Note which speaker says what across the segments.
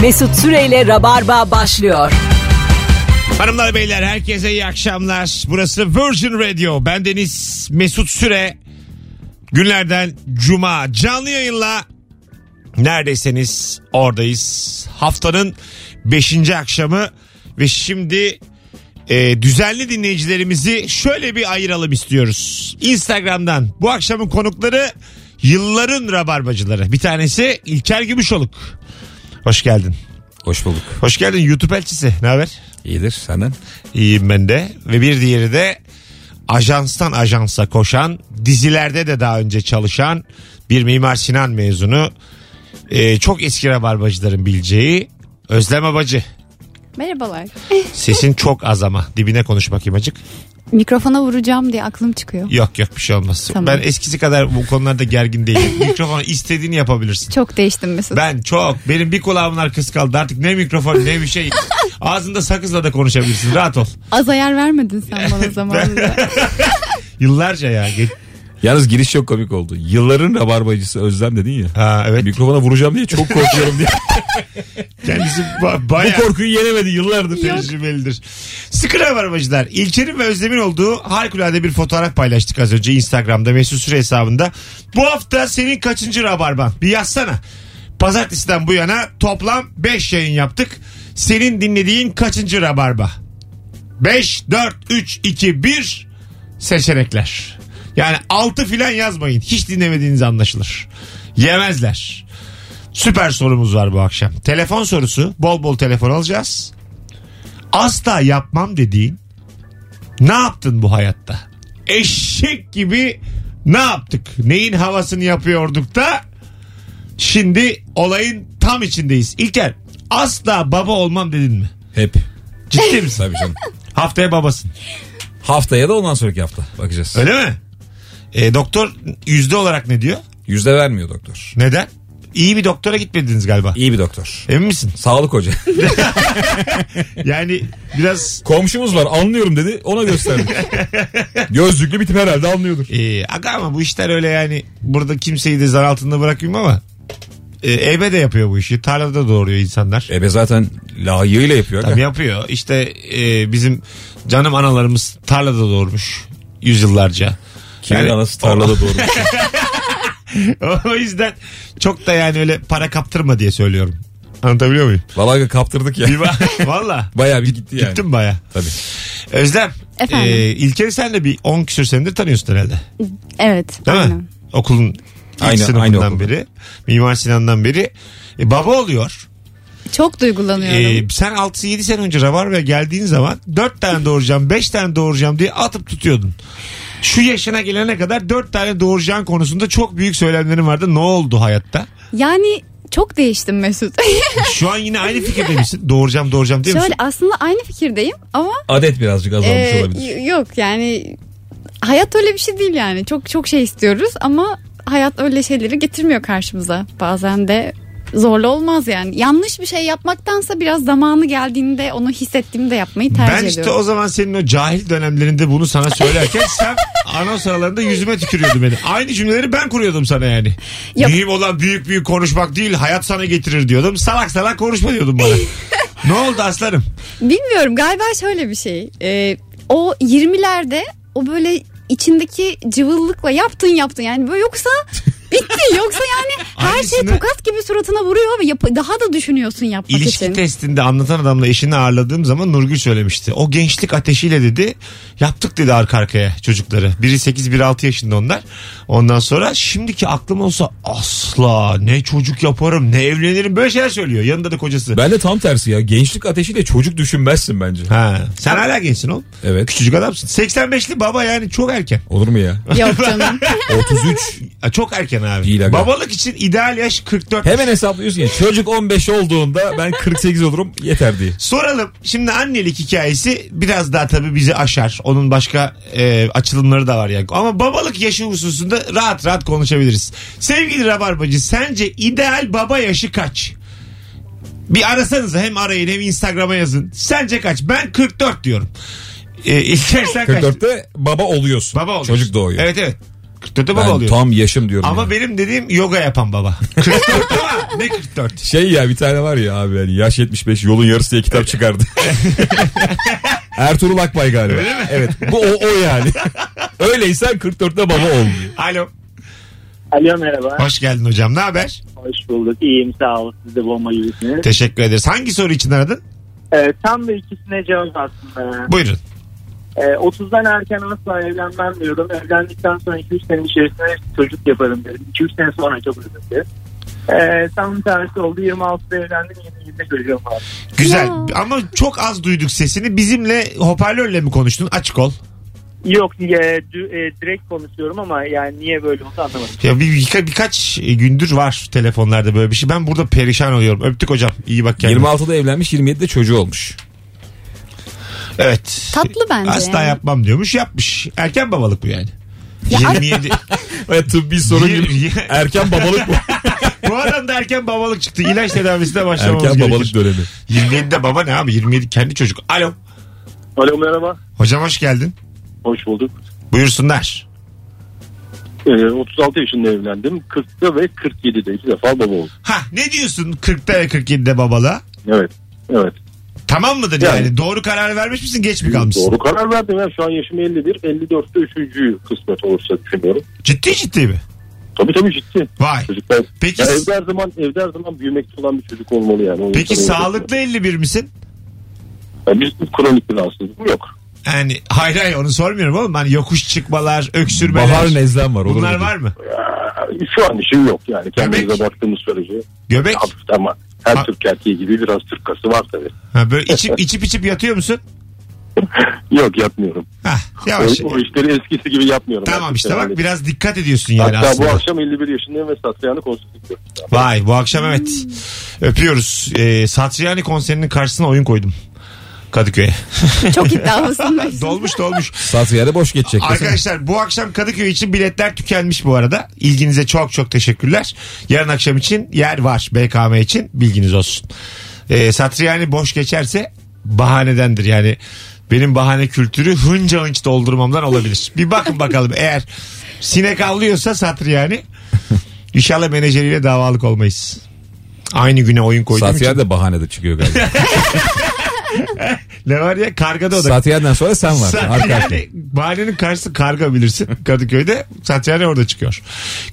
Speaker 1: Mesut Süreyle Rabarba başlıyor.
Speaker 2: Hanımlar beyler herkese iyi akşamlar. Burası Virgin Radio. Ben Deniz Mesut Süre. Günlerden cuma canlı yayınla neredeyseniz oradayız. Haftanın 5. akşamı ve şimdi e, düzenli dinleyicilerimizi şöyle bir ayıralım istiyoruz. Instagram'dan bu akşamın konukları yılların rabarbacıları. Bir tanesi İlker Gümüşoluk. Hoş geldin.
Speaker 3: Hoş bulduk.
Speaker 2: Hoş geldin YouTube elçisi. Ne haber?
Speaker 3: İyidir senden.
Speaker 2: İyiyim ben de. Ve bir diğeri de ajanstan ajansa koşan, dizilerde de daha önce çalışan bir Mimar Sinan mezunu. Ee, çok eski rabarbacıların bileceği Özlem Abacı.
Speaker 4: Merhabalar.
Speaker 2: Sesin çok az ama. Dibine konuş bakayım acık.
Speaker 4: Mikrofona vuracağım diye aklım çıkıyor.
Speaker 2: Yok yok bir şey olmaz.
Speaker 4: Tamam.
Speaker 2: Ben eskisi kadar bu konularda gergin değilim. Mikrofon istediğini yapabilirsin.
Speaker 4: Çok değiştim Mesut.
Speaker 2: Ben çok. Benim bir kulağımın arkası kaldı. Artık ne mikrofon ne bir şey. Ağzında sakızla da konuşabilirsin. Rahat ol.
Speaker 4: Az ayar vermedin sen bana zamanında.
Speaker 2: Yıllarca ya. Ge-
Speaker 3: Yalnız giriş çok komik oldu. Yılların rabarbacısı Özlem dedin ya.
Speaker 2: Ha, evet.
Speaker 3: Mikrofona vuracağım diye çok korkuyorum diye.
Speaker 2: Kendisi ba- bayağı...
Speaker 3: Bu korkuyu yenemedi yıllardır.
Speaker 2: tecrübelidir. Sıkı rabarbacılar. İlker'in ve Özlem'in olduğu harikulade bir fotoğraf paylaştık az önce Instagram'da Mesut Süre hesabında. Bu hafta senin kaçıncı rabarban? Bir yazsana. Pazartesiden bu yana toplam 5 yayın yaptık. Senin dinlediğin kaçıncı rabarba? 5, 4, 3, 2, 1 seçenekler. Yani 6 filan yazmayın. Hiç dinlemediğiniz anlaşılır. Yemezler. Süper sorumuz var bu akşam. Telefon sorusu. Bol bol telefon alacağız. Asla yapmam dediğin ne yaptın bu hayatta? Eşek gibi ne yaptık? Neyin havasını yapıyorduk da şimdi olayın tam içindeyiz. İlker asla baba olmam dedin mi?
Speaker 3: Hep.
Speaker 2: Ciddi misin?
Speaker 3: Tabii canım.
Speaker 2: Haftaya babasın.
Speaker 3: Haftaya da ondan sonraki hafta bakacağız.
Speaker 2: Öyle mi? E, doktor yüzde olarak ne diyor?
Speaker 3: Yüzde vermiyor doktor.
Speaker 2: Neden? İyi bir doktora gitmediniz galiba.
Speaker 3: İyi bir doktor.
Speaker 2: Emin misin?
Speaker 3: Sağlık hoca.
Speaker 2: Yani biraz
Speaker 3: Komşumuz var anlıyorum dedi ona gösterdik. Gözlüklü bir tip herhalde anlıyordur.
Speaker 2: Ee, aga ama bu işler öyle yani burada kimseyi de zar altında bırakmayayım ama e, ebe de yapıyor bu işi. Tarlada doğuruyor insanlar.
Speaker 3: Ebe zaten layığıyla yapıyor.
Speaker 2: Tabii yapıyor. İşte e, bizim canım analarımız tarlada doğurmuş yüzyıllarca.
Speaker 3: Kimin
Speaker 2: Yani-
Speaker 3: anası tarlada doğru.
Speaker 2: o yüzden çok da yani öyle para kaptırma diye söylüyorum. Anlatabiliyor muyum?
Speaker 3: Vallahi kaptırdık ya.
Speaker 2: Bir ba- Valla.
Speaker 3: Bayağı bir gitti yani.
Speaker 2: Gittim baya.
Speaker 3: Tabii.
Speaker 2: Özlem.
Speaker 4: Efendim?
Speaker 2: E, İlker'i sen de bir 10 küsür senedir tanıyorsun herhalde.
Speaker 4: evet.
Speaker 2: Değil
Speaker 4: aynen.
Speaker 2: mi? Okulun ilk
Speaker 3: Aynı- aynı
Speaker 2: sınıfından
Speaker 3: okulda.
Speaker 2: beri. Mimar Sinan'dan beri. E, baba oluyor.
Speaker 4: Çok duygulanıyorum.
Speaker 2: E, sen 6-7 sene önce Rabarba'ya geldiğin zaman 4 tane doğuracağım 5 tane doğuracağım diye atıp tutuyordun. Şu yaşına gelene kadar 4 tane doğuracağın konusunda çok büyük söylemlerin vardı. Ne oldu hayatta?
Speaker 4: yani çok değiştim Mesut.
Speaker 2: Şu an yine aynı fikirde misin? Doğuracağım doğuracağım değil
Speaker 4: Şöyle
Speaker 2: misin?
Speaker 4: aslında aynı fikirdeyim ama
Speaker 3: Adet birazcık azalmış
Speaker 4: e,
Speaker 3: olabilir.
Speaker 4: y- yok yani hayat öyle bir şey değil yani. Çok çok şey istiyoruz ama hayat öyle şeyleri getirmiyor karşımıza. Bazen de zorlu olmaz yani. Yanlış bir şey yapmaktansa biraz zamanı geldiğinde onu hissettiğimde yapmayı tercih
Speaker 2: Ben işte
Speaker 4: ediyorum.
Speaker 2: o zaman senin o cahil dönemlerinde bunu sana söylerken sen anons aralarında yüzüme tükürüyordun beni. Aynı cümleleri ben kuruyordum sana yani.
Speaker 4: Yap-
Speaker 2: Mühim olan büyük büyük konuşmak değil hayat sana getirir diyordum. Salak salak konuşma diyordun bana. ne oldu aslanım?
Speaker 4: Bilmiyorum galiba şöyle bir şey. Ee, o 20'lerde o böyle içindeki cıvıllıkla yaptın yaptın yani böyle yoksa bitti yoksa yani her şey
Speaker 2: Aynısını-
Speaker 4: tokat gibi suratına vuruyor ve yap- daha da düşünüyorsun yapmak
Speaker 2: İlişki
Speaker 4: için.
Speaker 2: testinde anlatan adamla eşini ağırladığım zaman Nurgül söylemişti. O gençlik ateşiyle dedi yaptık dedi arka arkaya çocukları. Biri 8 biri 6 yaşında onlar. Ondan sonra şimdiki aklım olsa asla ne çocuk yaparım ne evlenirim böyle şeyler söylüyor. Yanında da kocası.
Speaker 3: Ben de tam tersi ya. Gençlik ateşiyle çocuk düşünmezsin bence.
Speaker 2: Ha, sen hala gençsin oğlum.
Speaker 3: Evet.
Speaker 2: Küçücük adamsın. 85'li baba yani çok erken.
Speaker 3: Olur mu ya?
Speaker 4: Yok canım.
Speaker 3: 33.
Speaker 2: Ha, Çok erken abi.
Speaker 3: Değil abi.
Speaker 2: Babalık için ideal yaş 44.
Speaker 3: Hemen hesaplıyorsun ya. Çocuk 15 olduğunda ben 48 olurum yeter diye.
Speaker 2: Soralım. Şimdi annelik hikayesi biraz daha tabii bizi aşar. Onun başka e, açılımları da var yani. Ama babalık yaşı hususunda rahat rahat konuşabiliriz. Sevgili Rabarbacı sence ideal baba yaşı kaç? Bir arasanız hem arayın hem Instagram'a yazın. Sence kaç? Ben 44 diyorum. E, İlker sen kaç?
Speaker 3: 44'te baba oluyorsun.
Speaker 2: Baba oluyorsun.
Speaker 3: Çocuk doğuyor.
Speaker 2: Evet evet. 44'te baba
Speaker 3: Ben
Speaker 2: oluyor.
Speaker 3: tam yaşım diyorum.
Speaker 2: Ama
Speaker 3: ya.
Speaker 2: benim dediğim yoga yapan baba. 44 ama ne 44?
Speaker 3: Şey ya bir tane var ya abi yani yaş 75 yolun yarısı diye kitap çıkardı. Ertuğrul Akbay galiba. Evet. Bu o, o yani. Öyleysen 44'te baba olmuyor.
Speaker 2: Alo.
Speaker 5: Alo merhaba.
Speaker 2: Hoş geldin hocam. Ne haber?
Speaker 5: Hoş bulduk. İyiyim sağ ol. Siz de bomba gibisiniz.
Speaker 2: Teşekkür ederiz. Hangi soru için aradın?
Speaker 5: Ee, tam da ikisine cevap aslında.
Speaker 2: Buyurun.
Speaker 5: Ee, 30'dan erken asla evlenmem diyorum. Evlendikten sonra 2-3 sene içerisinde çocuk yaparım dedim. 2-3 sene sonra çok özür dilerim. Ee, tam tersi oldu. 26'da evlendim. 27'de çocuğum var.
Speaker 2: Güzel.
Speaker 4: Ya.
Speaker 2: Ama çok az duyduk sesini. Bizimle hoparlörle mi konuştun? Açık ol.
Speaker 5: Yok e, dü- e, direkt konuşuyorum ama yani niye böyle oldu anlamadım.
Speaker 2: Ya bir, birka- birkaç gündür var telefonlarda böyle bir şey. Ben burada perişan oluyorum. Öptük hocam. İyi bak kendine.
Speaker 3: 26'da evlenmiş 27'de çocuğu olmuş.
Speaker 2: Evet.
Speaker 4: Tatlı bence.
Speaker 2: Asla
Speaker 4: yani.
Speaker 2: yapmam diyormuş. Yapmış. Erken babalık bu yani. 27.
Speaker 3: Baya tıbbi sorun
Speaker 2: Yir-
Speaker 3: gibi.
Speaker 2: yir-
Speaker 3: Erken babalık bu.
Speaker 2: bu adam da erken babalık çıktı. İlaç tedavisine başlamamız
Speaker 3: Erken babalık
Speaker 2: gerekir.
Speaker 3: dönemi.
Speaker 2: 27'de baba ne abi? 27 kendi çocuk. Alo.
Speaker 5: Alo merhaba.
Speaker 2: Hocam hoş geldin.
Speaker 5: Hoş bulduk.
Speaker 2: Buyursunlar.
Speaker 5: Ee, 36 yaşında evlendim. 40'ta ve 47'de iki defa baba oldum.
Speaker 2: Ha ne diyorsun 40'ta ve 47'de babalığa?
Speaker 5: Evet. Evet.
Speaker 2: Tamam mıdır yani?
Speaker 5: Yani.
Speaker 2: Doğru karar vermiş misin geç mi kalmışsın?
Speaker 5: Doğru karar verdim ya. Şu an yaşım 51. 54'te üçüncüyü kısmet olursa düşünüyorum.
Speaker 2: Ciddi ciddi mi?
Speaker 5: Tabii tabii ciddi.
Speaker 2: Vay.
Speaker 5: Çocuklar.
Speaker 2: Peki-
Speaker 5: Ya evde her zaman evde her zaman büyümekte olan bir çocuk olmalı yani. Onun
Speaker 2: Peki
Speaker 5: sana-
Speaker 2: sağlıklı 51 misin?
Speaker 5: Ya biz bu kronik bir rahatsızlık yok.
Speaker 2: Yani hayır hayır onu sormuyorum oğlum. Hani yokuş çıkmalar, öksürmeler.
Speaker 3: Bahar nezlem var. Olur
Speaker 2: Bunlar
Speaker 3: mu?
Speaker 2: var mı?
Speaker 5: Ya, Ee, şu an işim yok yani. Kendimize
Speaker 2: Demek-
Speaker 5: baktığımız sürece
Speaker 2: Göbek.
Speaker 5: hafif ama her
Speaker 2: Ha-
Speaker 5: Türk erkeği gibi biraz Türk kası var tabii.
Speaker 2: Ha, böyle içip, içip içip yatıyor musun?
Speaker 5: Yok yapmıyorum.
Speaker 2: Hah
Speaker 5: O,
Speaker 2: yavaş.
Speaker 5: o işleri eskisi gibi yapmıyorum.
Speaker 2: şey- Tamam
Speaker 5: Artık
Speaker 2: işte bak
Speaker 5: herhalde.
Speaker 2: biraz dikkat ediyorsun yani
Speaker 5: Hatta
Speaker 2: aslında.
Speaker 5: bu akşam 51 yaşındayım ve Satriyan'ı konsültük
Speaker 2: Vay bu akşam evet. Öpüyoruz. Ee, Satriani konserinin karşısına oyun koydum. Kadıköy'e.
Speaker 4: Çok iddialısın.
Speaker 2: dolmuş dolmuş.
Speaker 3: Satriye'de boş geçecek.
Speaker 2: Arkadaşlar bu akşam Kadıköy için biletler tükenmiş bu arada. İlginize çok çok teşekkürler. Yarın akşam için yer var BKM için bilginiz olsun. Ee, Satriani boş geçerse bahanedendir yani. Benim bahane kültürü hınca hınç doldurmamdan olabilir. Bir bakın bakalım eğer sinek avlıyorsa Satriani inşallah menajeriyle davalık olmayız. Aynı güne oyun koyduğum
Speaker 3: Satriyer
Speaker 2: için.
Speaker 3: de bahanede çıkıyor galiba.
Speaker 2: Ne var ya kargada o da
Speaker 3: Satriyer'den sonra sen var.
Speaker 2: Sa-
Speaker 3: Arka arka.
Speaker 2: yani mahallenin karşısı karga bilirsin Kadıköy'de. Satyane orada çıkıyor.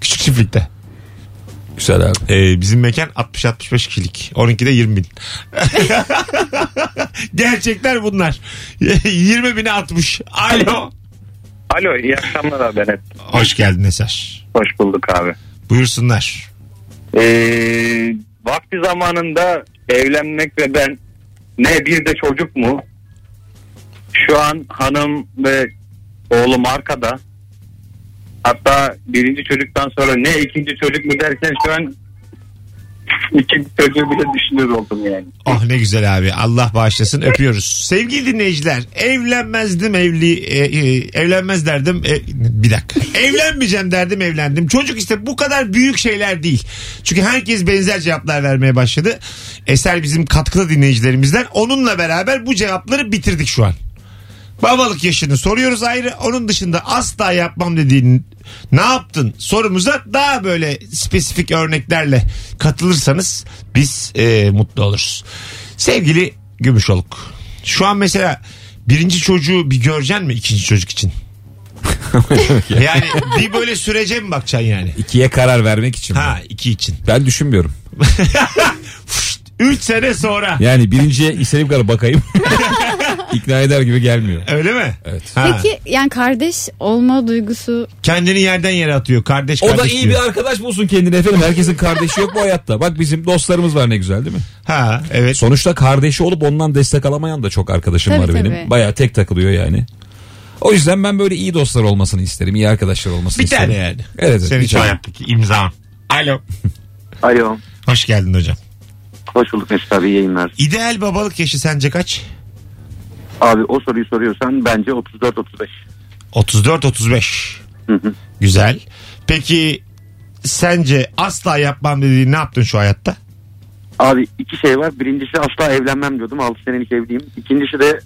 Speaker 2: Küçük çiftlikte.
Speaker 3: Güzel abi.
Speaker 2: Ee, bizim mekan 60-65 kişilik. 12'de 20 bin. Gerçekler bunlar. 20 bine 60. Alo.
Speaker 6: Alo iyi akşamlar abi Enes.
Speaker 2: Hoş geldin Eser.
Speaker 6: Hoş bulduk abi.
Speaker 2: Buyursunlar.
Speaker 6: Ee, vakti zamanında evlenmek ve ben ne bir de çocuk mu? Şu an hanım ve oğlum arkada. Hatta birinci çocuktan sonra ne ikinci çocuk mu derken şu an ikinci çocuğu bile düşünür oldum yani.
Speaker 2: Oh ne güzel abi. Allah bağışlasın. Öpüyoruz. Sevgili dinleyiciler, evlenmezdim evli e, e, evlenmez derdim. e, bir dakika. Evlenmeyeceğim derdim, evlendim. Çocuk işte bu kadar büyük şeyler değil. Çünkü herkes benzer cevaplar vermeye başladı. Eser bizim katkılı dinleyicilerimizden. Onunla beraber bu cevapları bitirdik şu an. Babalık yaşını soruyoruz ayrı. Onun dışında asla yapmam dediğin ne yaptın sorumuza daha böyle spesifik örneklerle katılırsanız biz e, mutlu oluruz. Sevgili Gümüşoluk. Şu an mesela birinci çocuğu bir göreceksin mi ikinci çocuk için? yani bir böyle sürece mi bakacaksın yani?
Speaker 3: İkiye karar vermek için.
Speaker 2: Ha iki için.
Speaker 3: Ben düşünmüyorum.
Speaker 2: Üç sene sonra.
Speaker 3: Yani birinciye istediğim kadar bakayım. İkna eder gibi gelmiyor.
Speaker 2: Öyle mi?
Speaker 3: Evet.
Speaker 2: Ha,
Speaker 4: Peki yani kardeş olma duygusu
Speaker 2: Kendini yerden yere atıyor. Kardeş
Speaker 3: O
Speaker 2: kardeş
Speaker 3: da iyi
Speaker 2: diyor.
Speaker 3: bir arkadaş bulsun kendine efendim. Herkesin kardeşi yok bu hayatta. Bak bizim dostlarımız var ne güzel değil mi?
Speaker 2: Ha evet.
Speaker 3: Sonuçta kardeşi olup ondan destek alamayan da çok arkadaşım
Speaker 4: Tabii,
Speaker 3: var benim.
Speaker 4: tabii.
Speaker 3: Baya tek takılıyor yani. O yüzden ben böyle iyi dostlar olmasını isterim. iyi arkadaşlar olmasını
Speaker 2: Bir
Speaker 3: isterim.
Speaker 2: tane yani.
Speaker 3: Evet, evet,
Speaker 2: Senin
Speaker 3: bir
Speaker 2: için
Speaker 3: tane.
Speaker 2: hayattaki imzan. Alo.
Speaker 7: Alo.
Speaker 2: Hoş geldin hocam.
Speaker 7: Hoş bulduk Mesut abi iyi yayınlar.
Speaker 2: İdeal babalık yaşı sence kaç?
Speaker 7: Abi o soruyu soruyorsan bence 34-35.
Speaker 2: 34-35.
Speaker 7: Hı hı.
Speaker 2: Güzel. Peki sence asla yapmam dediğin ne yaptın şu hayatta?
Speaker 7: Abi iki şey var. Birincisi asla evlenmem diyordum. 6 senelik evliyim. İkincisi de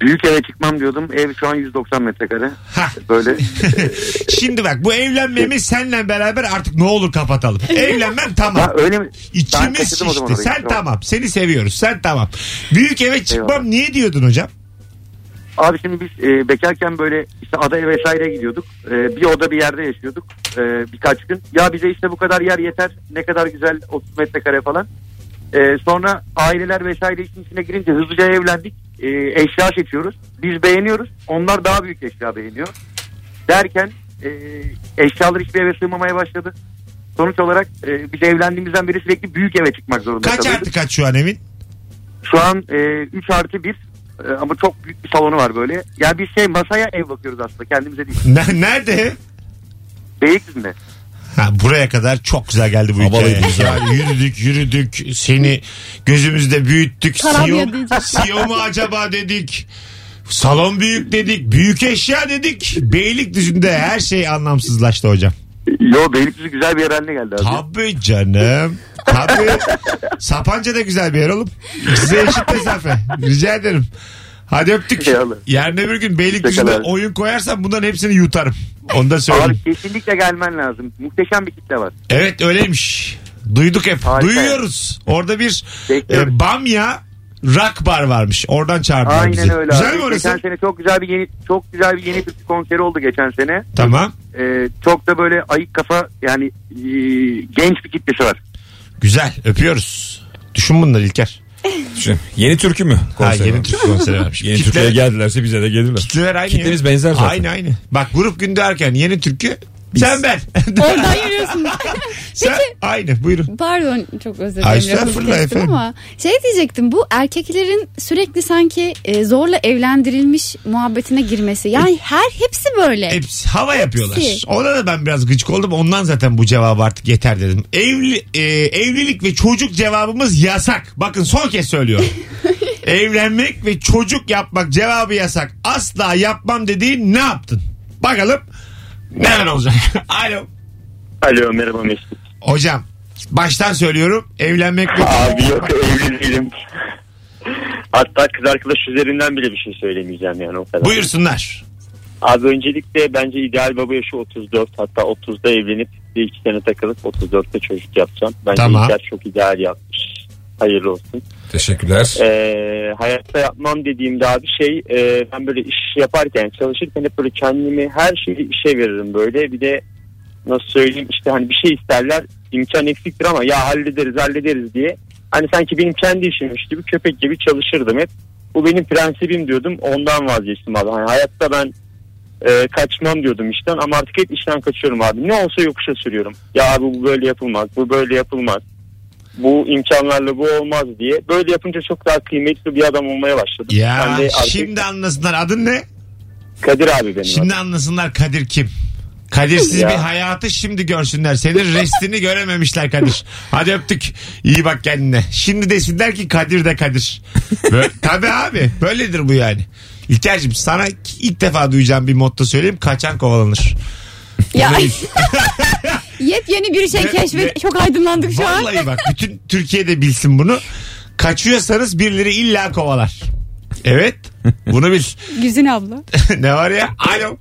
Speaker 7: büyük eve çıkmam diyordum. Ev şu an 190 metrekare.
Speaker 2: Hah.
Speaker 7: Böyle
Speaker 2: Şimdi bak bu evlenmemi senle beraber artık ne olur kapatalım. Evlenmen tamam.
Speaker 7: ha, öyle mi? Ben
Speaker 2: İçimiz
Speaker 7: kaçırdım o zaman
Speaker 2: şişti.
Speaker 7: orayı.
Speaker 2: Sen tamam. Seni seviyoruz. Sen tamam. Büyük eve çıkmam
Speaker 7: Eyvallah.
Speaker 2: niye diyordun hocam?
Speaker 7: Abi şimdi biz e, bekarken böyle işte adaya vesaire gidiyorduk. E, bir oda bir yerde yaşıyorduk e, birkaç gün. Ya bize işte bu kadar yer yeter. Ne kadar güzel 30 metrekare falan. E, sonra aileler vesaire işin içine girince hızlıca evlendik. E, eşya seçiyoruz. Biz beğeniyoruz. Onlar daha büyük eşya beğeniyor. Derken e, eşyalar hiçbir eve sığmamaya başladı. Sonuç olarak e, biz evlendiğimizden beri sürekli büyük eve çıkmak zorunda
Speaker 2: Kaç
Speaker 7: kalıyorduk.
Speaker 2: artı kaç şu an Emin?
Speaker 7: Şu an e, 3 artı 1 e, ama çok büyük bir salonu var böyle. Ya bir şey masaya ev bakıyoruz aslında kendimize değil.
Speaker 2: Ne- Nerede ev?
Speaker 7: Beylikdüzü'nde.
Speaker 2: Ha, buraya kadar çok güzel geldi bu hikaye.
Speaker 3: Havalıydı güzel.
Speaker 2: Yani yürüdük yürüdük seni gözümüzde büyüttük.
Speaker 4: Tarabya
Speaker 2: CEO
Speaker 4: diyeceğim.
Speaker 2: CEO mu acaba dedik. Salon büyük dedik. Büyük eşya dedik. Beylikdüzü'nde her şey anlamsızlaştı hocam.
Speaker 7: Yo Beylikdüzü güzel bir yer haline geldi abi.
Speaker 2: Tabii canım. Tabii. Sapanca da güzel bir yer oğlum. Size eşit mesafe. Rica ederim. Hadi öptük.
Speaker 7: Eyvallah.
Speaker 2: Yarın öbür gün Beylikdüzü'nde
Speaker 7: Şakalar.
Speaker 2: oyun koyarsam bunların hepsini yutarım. Onu da söyleyeyim.
Speaker 7: Abi kesinlikle gelmen lazım. Muhteşem bir kitle var.
Speaker 2: Evet öyleymiş. Duyduk hep.
Speaker 7: Harika.
Speaker 2: Duyuyoruz. Orada bir
Speaker 7: Bekliyoruz.
Speaker 2: e, Bamya Rock Bar varmış. Oradan çağırdılar
Speaker 7: Aynen
Speaker 2: bizi.
Speaker 7: öyle
Speaker 2: Güzel
Speaker 7: abi.
Speaker 2: mi orası?
Speaker 7: Geçen sene çok güzel bir yeni çok güzel bir yeni Türkçü konseri oldu geçen sene.
Speaker 2: Tamam.
Speaker 7: E, çok da böyle ayık kafa yani e, genç bir kitlesi var.
Speaker 2: Güzel. Öpüyoruz. Düşün bunları İlker.
Speaker 3: Şimdi yeni türkü mü?
Speaker 2: Ha,
Speaker 3: konser
Speaker 2: yeni
Speaker 3: varmış?
Speaker 2: Türk konseri varmış.
Speaker 3: Yeni
Speaker 2: Kitle-
Speaker 3: Türkiye'ye geldilerse bize de gelirler.
Speaker 2: Kitleler aynı.
Speaker 3: Kitlemiz
Speaker 2: ya.
Speaker 3: benzer zaten.
Speaker 2: Aynı aynı. Bak grup gün derken yeni türkü sen ben.
Speaker 4: Oradan yürüyorsun.
Speaker 2: sen aynı buyurun.
Speaker 4: Pardon çok özür dilerim.
Speaker 2: Ay,
Speaker 4: lafınızı
Speaker 2: estağfurullah
Speaker 4: kestim
Speaker 2: efendim.
Speaker 4: Ama şey diyecektim bu erkeklerin sürekli sanki e, zorla evlendirilmiş muhabbetine girmesi.
Speaker 2: E,
Speaker 4: Yani her hepsi böyle.
Speaker 2: Hepsi hava yapıyorlar.
Speaker 4: Hepsi.
Speaker 2: Ona da ben biraz gıcık oldum. Ondan zaten bu cevabı artık yeter dedim. Evli, e, evlilik ve çocuk cevabımız yasak. Bakın son kez söylüyorum. Evlenmek ve çocuk yapmak cevabı yasak. Asla yapmam dediğin ne yaptın? Bakalım neler olacak. Alo.
Speaker 6: Alo merhaba Mesut.
Speaker 2: Hocam baştan söylüyorum. Evlenmek ve
Speaker 6: Abi yok evli değilim. Hatta kız arkadaş üzerinden bile bir şey söylemeyeceğim yani o kadar.
Speaker 2: Buyursunlar.
Speaker 6: Abi öncelikle bence ideal baba yaşı 34 hatta 30'da evlenip bir iki sene takılıp 34'te çocuk yapacağım. Bence
Speaker 2: Tamam.
Speaker 6: İlker çok ideal yapmış. Hayırlı olsun.
Speaker 3: Teşekkürler.
Speaker 6: Ee, hayatta yapmam dediğimde abi şey e, ben böyle iş yaparken çalışırken hep böyle kendimi her şeyi işe veririm böyle bir de nasıl söyleyeyim işte hani bir şey isterler imkan eksiktir ama ya hallederiz hallederiz diye hani sanki benim kendi işimmiş gibi köpek gibi çalışırdım hep bu benim prensibim diyordum ondan vazgeçtim abi Hani hayatta ben e, kaçmam diyordum işten ama artık hep işten kaçıyorum abi ne olsa yokuşa sürüyorum ya abi bu böyle yapılmaz bu böyle yapılmaz bu imkanlarla bu olmaz diye. Böyle yapınca çok daha kıymetli bir adam olmaya başladım.
Speaker 2: Ya
Speaker 6: Ben de artık
Speaker 2: şimdi anlasınlar. Adın ne?
Speaker 6: Kadir abi benim.
Speaker 2: Şimdi anlasınlar Kadir kim? Kadirsiz
Speaker 6: Ya.
Speaker 2: bir hayatı şimdi görsünler. Senin restini görememişler Kadir. Hadi öptük. İyi bak kendine. Şimdi desinler ki Kadir de Kadir. Böyle, tabii abi. Böyledir bu yani. İlker'cim sana ilk defa duyacağım bir motto söyleyeyim. Kaçan kovalanır.
Speaker 4: ya
Speaker 2: Vallahi-
Speaker 4: yepyeni bir şey
Speaker 2: Ve- ve-
Speaker 4: keşfet. Çok aydınlandık şu an.
Speaker 2: Vallahi bak bütün Türkiye'de bilsin bunu. Kaçıyorsanız birileri illa kovalar. Evet. Bunu bil.
Speaker 4: Güzin abla.
Speaker 2: ne var ya? Alo.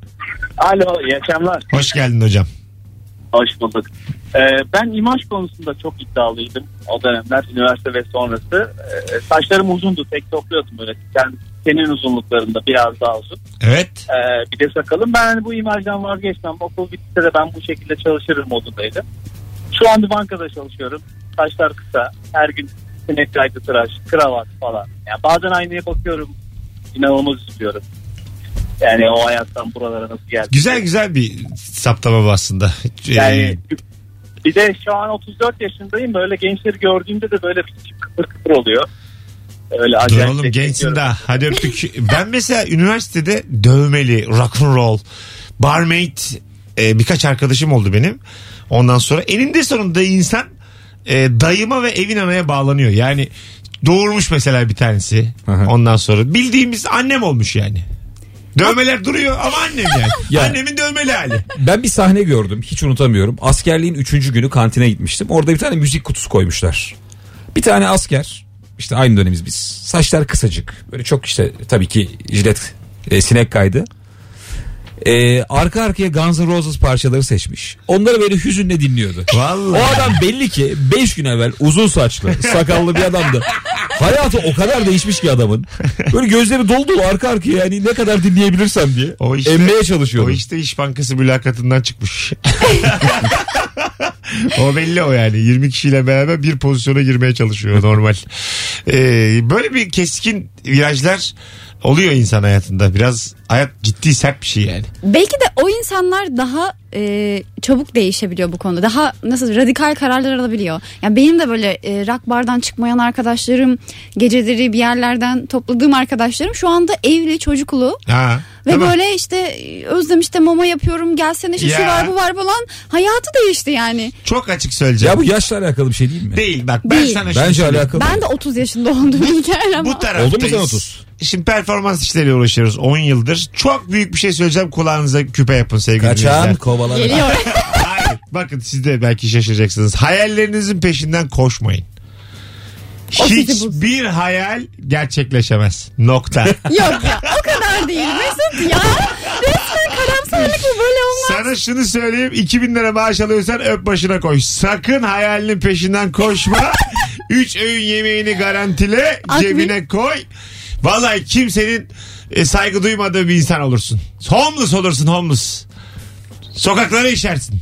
Speaker 5: Alo iyi akşamlar.
Speaker 2: Hoş geldin hocam.
Speaker 5: Hoş bulduk. Ee, ben imaj konusunda çok iddialıydım o dönemler üniversite ve sonrası. Ee, saçlarım uzundu tek topluyordum böyle. Yani senin uzunluklarında biraz daha uzun.
Speaker 2: Evet.
Speaker 5: Ee, bir de sakalım. Ben hani bu imajdan vazgeçmem. Okul bitse de ben bu şekilde çalışırım modundaydım. Şu an bir bankada çalışıyorum. Saçlar kısa. Her gün sinek kaydı tıraş, kravat falan. Yani bazen aynaya bakıyorum. İnanılmaz istiyorum. Yani o hayattan buralara nasıl geldim.
Speaker 2: Güzel güzel bir saptama bu aslında.
Speaker 5: Yani
Speaker 2: Ee,
Speaker 5: bir de şu an 34 yaşındayım. Böyle gençleri gördüğümde de böyle bir içim kıpır kıpır oluyor. Öyle
Speaker 2: Dur
Speaker 5: acayip
Speaker 2: oğlum
Speaker 5: destekliyorum.
Speaker 2: gençsin daha. Hadi öptük. ben mesela üniversitede dövmeli, rock'n'roll, barmaid e, birkaç arkadaşım oldu benim. Ondan sonra eninde sonunda insan e, dayıma ve evin anaya bağlanıyor. Yani doğurmuş mesela bir tanesi.
Speaker 3: Hı hı.
Speaker 2: Ondan sonra bildiğimiz annem olmuş yani. Dövmeler duruyor ama annem yani.
Speaker 3: Ya.
Speaker 2: Annemin dövmeli hali.
Speaker 3: Ben bir sahne gördüm hiç unutamıyorum. Askerliğin 3. günü kantine gitmiştim. Orada bir tane müzik kutusu koymuşlar. Bir tane asker işte aynı dönemiz biz. Saçlar kısacık. Böyle çok işte tabii ki jilet e, sinek kaydı. E, arka arkaya Guns N' Roses parçaları seçmiş. Onları böyle hüzünle dinliyordu. O
Speaker 2: Vallahi.
Speaker 3: adam belli ki 5 gün evvel uzun saçlı, sakallı bir adamdı. Hayatı o kadar değişmiş ki adamın. Böyle gözleri dolu dolu arka arkaya yani ne kadar dinleyebilirsem diye.
Speaker 2: O işte-
Speaker 3: emmeye
Speaker 2: O
Speaker 3: çalışıyordu.
Speaker 2: işte İş Bankası mülakatından çıkmış. o belli o yani. 20 kişiyle beraber bir pozisyona girmeye çalışıyor normal. Ee, böyle bir keskin virajlar oluyor insan hayatında. Biraz hayat ciddi sert bir şey yani.
Speaker 4: Belki de o insanlar daha e, çabuk değişebiliyor bu konuda. Daha nasıl radikal kararlar alabiliyor. Yani benim de böyle e, rock bardan çıkmayan arkadaşlarım, geceleri bir yerlerden topladığım arkadaşlarım şu anda evli, çocuklu
Speaker 2: Ha,
Speaker 4: ve
Speaker 2: tamam.
Speaker 4: böyle işte e, özlemişte mama yapıyorum, gelsene işte şu
Speaker 2: Ya.
Speaker 4: var bu var falan. Hayatı değişti yani.
Speaker 2: Çok açık söyleyeceğim.
Speaker 3: Ya bu yaşla alakalı bir şey değil mi?
Speaker 2: Değil bak ben
Speaker 4: Değil.
Speaker 2: sana şunu
Speaker 3: Bence
Speaker 2: söyleyeyim.
Speaker 3: alakalı.
Speaker 4: Ben de 30 yaşında oldum İlker ama.
Speaker 2: Bu taraftayız.
Speaker 3: Oldu mu sen otuz?
Speaker 2: Şimdi performans işleriyle uğraşıyoruz 10 yıldır. Çok büyük bir şey söyleyeceğim. Kulağınıza küpe yapın sevgili
Speaker 3: Kaçan
Speaker 2: dinleyiciler.
Speaker 3: kovalar.
Speaker 4: Geliyor.
Speaker 2: Hayır. Bakın siz de belki şaşıracaksınız. Hayallerinizin peşinden koşmayın.
Speaker 4: O sizi bozdu.
Speaker 2: Hiçbir hayal gerçekleşemez. Nokta.
Speaker 4: Yok ya o kadar değil Mesut ya. Resmen karamsarlık bu böyle olmaz.
Speaker 2: Sana şunu söyleyeyim. 2000 lira maaş alıyorsan öp başına koş. Sakın hayalinin peşinden koşma. 3 öğün yemeğini garantile.
Speaker 4: Akbil.
Speaker 2: Cebine koy. Vallahi kimsenin e, saygı duymadığı bir insan olursun. Homeless olursun homeless. Sokaklara işersin.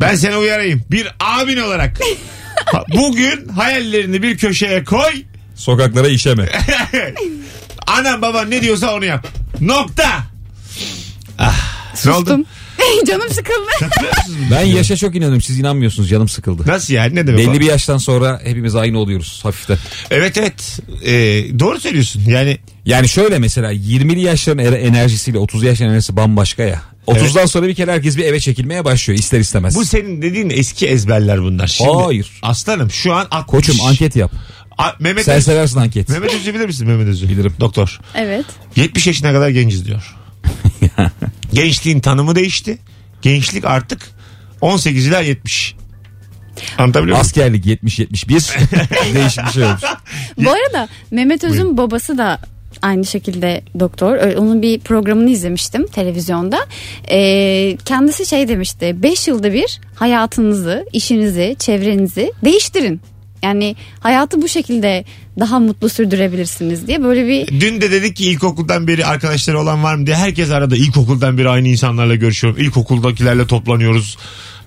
Speaker 2: Ben seni uyarayım. Bir abin olarak. Ha- Bugün hayallerini bir köşeye koy.
Speaker 3: Sokaklara işeme.
Speaker 2: Anam baban ne diyorsa onu yap. Nokta. Ah, ne oldu?
Speaker 4: Sustum. Canım sıkıldı.
Speaker 2: Katılıyor musunuz?
Speaker 3: Ben yaşa çok inanıyorum. Siz inanmıyorsunuz. Canım sıkıldı.
Speaker 2: Nasıl yani ne demek? o?
Speaker 3: Belli bir yaştan sonra hepimiz aynı oluyoruz hafiften.
Speaker 2: Evet evet. Ee, doğru söylüyorsun. Yani
Speaker 3: Yani şöyle mesela 20'li yaşların er- enerjisiyle 30 yaşların enerjisi bambaşka ya. 30'dan sonra bir kere herkes bir eve çekilmeye başlıyor ister istemez.
Speaker 2: bu senin dediğin eski ezberler bunlar. Şimdi,
Speaker 3: Hayır.
Speaker 2: Aslanım şu an 60.
Speaker 3: Koçum anket yap.
Speaker 2: A- Mehmet
Speaker 3: Sen
Speaker 2: Öz-
Speaker 3: seversin anket.
Speaker 2: Mehmet Özü bilir misin Mehmet Özü?
Speaker 3: Bilirim.
Speaker 2: Doktor.
Speaker 4: Evet.
Speaker 2: 70 yaşına kadar genciz diyor. Gençliğin tanımı değişti. Gençlik artık 18 ila 70. Anlatabiliyor muyum?
Speaker 3: Askerlik 70-71 değişik bir şey olmuş.
Speaker 4: Bu arada Mehmet Öz'ün babası da aynı şekilde doktor. Ö- Onun bir programını izlemiştim televizyonda. Ee, kendisi şey demişti. 5 yılda bir hayatınızı, işinizi, çevrenizi değiştirin. Yani hayatı bu şekilde daha mutlu sürdürebilirsiniz diye böyle bir
Speaker 2: Dün de dedik ki ilkokuldan beri arkadaşları olan var mı diye herkes arada ilkokuldan beri aynı insanlarla görüşüyorum. İlkokuldakilerle toplanıyoruz.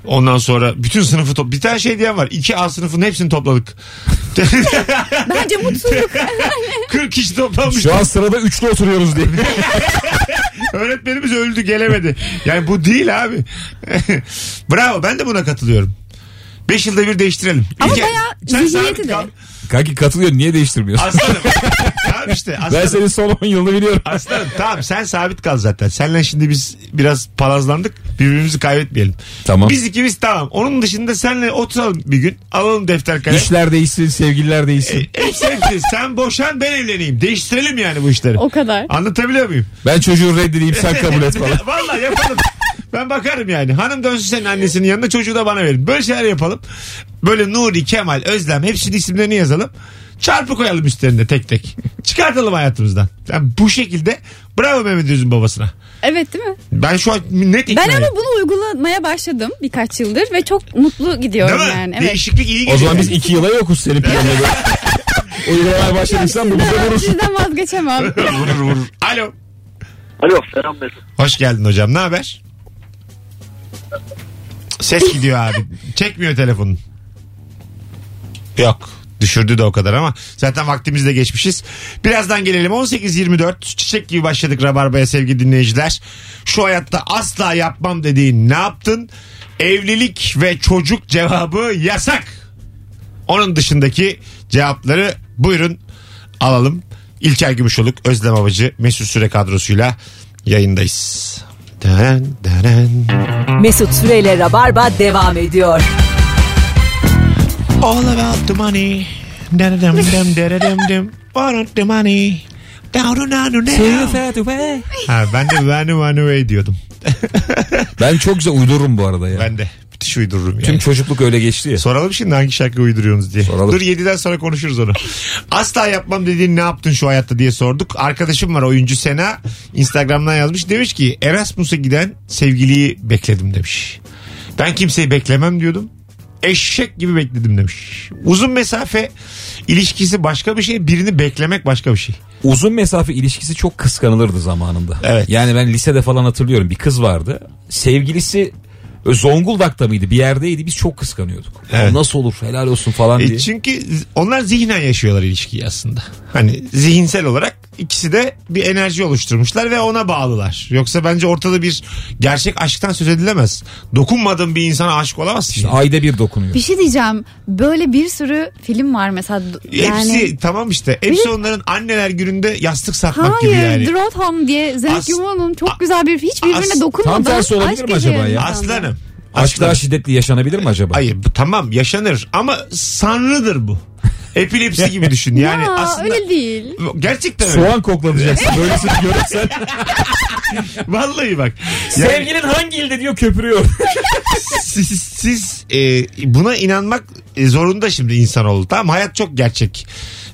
Speaker 2: Ondan sonra bütün sınıfı top. Bir tane şey diyen var. 2A sınıfının hepsini topladık.
Speaker 4: bence mutluluk.
Speaker 2: 40 kişi toplanmış.
Speaker 3: Şu an sırada üçlü oturuyoruz diye.
Speaker 2: Öğretmenimiz öldü gelemedi. Yani bu değil abi. Bravo ben de buna katılıyorum. 5 yılda bir değiştirelim.
Speaker 4: Ama
Speaker 2: İlker,
Speaker 4: bayağı
Speaker 2: sen
Speaker 4: zihniyeti
Speaker 2: sabit
Speaker 4: de.
Speaker 2: kal.
Speaker 3: Kanki katılıyor niye değiştirmiyorsun?
Speaker 2: Aslanım. tamam işte aslanım.
Speaker 3: ben senin son 10 yılını biliyorum.
Speaker 2: Aslanım tamam sen sabit kal zaten. Senle şimdi biz biraz palazlandık. Birbirimizi kaybetmeyelim.
Speaker 3: Tamam.
Speaker 2: Biz ikimiz tamam. Onun dışında senle oturalım bir gün. Alalım defter kalem.
Speaker 3: İşler değişsin, sevgililer değişsin.
Speaker 2: Hepsi hepsi. Sen boşan ben evleneyim. Değiştirelim yani bu işleri.
Speaker 4: o kadar.
Speaker 2: Anlatabiliyor muyum?
Speaker 3: Ben çocuğu reddedeyim sen kabul et falan.
Speaker 2: Vallahi yapalım. Ben bakarım yani. Hanım dönsün senin annesinin yanına çocuğu da bana verin. Böyle şeyler yapalım. Böyle Nuri, Kemal, Özlem hepsinin isimlerini yazalım. Çarpı koyalım üstlerinde tek tek. Çıkartalım hayatımızdan. Yani bu şekilde bravo Mehmet Öz'ün babasına.
Speaker 4: Evet değil mi?
Speaker 2: Ben şu an net
Speaker 4: Ben
Speaker 2: iknayım.
Speaker 4: ama bunu uygulamaya başladım birkaç yıldır ve çok mutlu gidiyorum
Speaker 2: Değil mi?
Speaker 4: yani. Evet.
Speaker 2: Değişiklik iyi geliyor.
Speaker 3: O zaman biz 2 yıla yokuz senin planına göre. Uygulamaya başladıysan bunu da
Speaker 4: Sizden,
Speaker 3: vurursun.
Speaker 4: sizden vazgeçemem.
Speaker 2: vurur vurur. Alo.
Speaker 5: Alo selam Mesut.
Speaker 2: Hoş geldin hocam. Ne haber? Ses gidiyor abi. Çekmiyor telefonun. Yok. Düşürdü de o kadar ama zaten vaktimiz de geçmişiz. Birazdan gelelim 18.24 çiçek gibi başladık Rabarba'ya sevgili dinleyiciler. Şu hayatta asla yapmam dediğin ne yaptın? Evlilik ve çocuk cevabı yasak. Onun dışındaki cevapları buyurun alalım. İlker Gümüşoluk, Özlem Abacı, Mesut Süre kadrosuyla yayındayız. Deren, deren.
Speaker 1: Mesut Süreyle Rabarba devam ediyor.
Speaker 2: All about the money. Deredem dem deredem dem. All about the money. Down on down down. Ha, ben de Vanny Vanny Way diyordum.
Speaker 3: Ben çok güzel uydururum bu arada ya.
Speaker 2: Ben de. Müthiş müthiş uydururum
Speaker 3: Tüm
Speaker 2: yani.
Speaker 3: çocukluk öyle geçti ya.
Speaker 2: Soralım şimdi hangi şarkı uyduruyorsunuz diye.
Speaker 3: Soralım.
Speaker 2: Dur 7'den sonra konuşuruz onu. Asla yapmam dediğin ne yaptın şu hayatta diye sorduk. Arkadaşım var oyuncu Sena. Instagram'dan yazmış. Demiş ki Erasmus'a giden sevgiliyi bekledim demiş. Ben kimseyi beklemem diyordum. Eşek gibi bekledim demiş. Uzun mesafe ilişkisi başka bir şey. Birini beklemek başka bir şey.
Speaker 3: Uzun mesafe ilişkisi çok kıskanılırdı zamanında.
Speaker 2: Evet.
Speaker 3: Yani ben lisede falan hatırlıyorum bir kız vardı. Sevgilisi e, Zonguldak'ta mıydı bir yerdeydi biz çok kıskanıyorduk.
Speaker 2: Evet.
Speaker 3: O Nasıl olur helal olsun falan diye.
Speaker 2: E çünkü z- onlar zihnen yaşıyorlar ilişkiyi aslında. Hani zihinsel olarak ikisi de bir enerji oluşturmuşlar ve ona bağlılar. Yoksa bence ortada bir gerçek aşktan söz edilemez. Dokunmadığın bir insana aşık olamazsın.
Speaker 3: İşte
Speaker 2: yani.
Speaker 3: ayda bir dokunuyor.
Speaker 4: Bir şey diyeceğim. Böyle bir sürü film var mesela. Yani...
Speaker 2: Hepsi tamam işte. Hepsi onların anneler gününde yastık satmak
Speaker 4: Hayır,
Speaker 2: gibi yani.
Speaker 4: Drot Home diye
Speaker 2: As-
Speaker 4: Zevk Yuman'ın
Speaker 2: A-
Speaker 4: çok güzel bir hiç birbirine
Speaker 2: As-
Speaker 4: dokunmadan
Speaker 3: Tam tersi olabilir
Speaker 4: aşk
Speaker 3: mi acaba
Speaker 4: yaşayan
Speaker 3: ya?
Speaker 4: insanlar.
Speaker 2: Aslanım.
Speaker 3: Aşk daha şiddetli yaşanabilir mi acaba?
Speaker 2: Hayır bu tamam yaşanır ama sanrıdır bu. Epilepsi gibi düşün. Yani
Speaker 4: ya,
Speaker 2: aslında
Speaker 4: öyle değil.
Speaker 2: gerçekten öyle.
Speaker 3: Soğan koklanacaksın böylesini görürsen.
Speaker 2: Vallahi bak. Yani-
Speaker 3: Sevgilin hangi ilde diyor köpürüyor.
Speaker 2: siz, siz e, buna inanmak e, zorunda şimdi insanoğlu. Tamam hayat çok gerçek.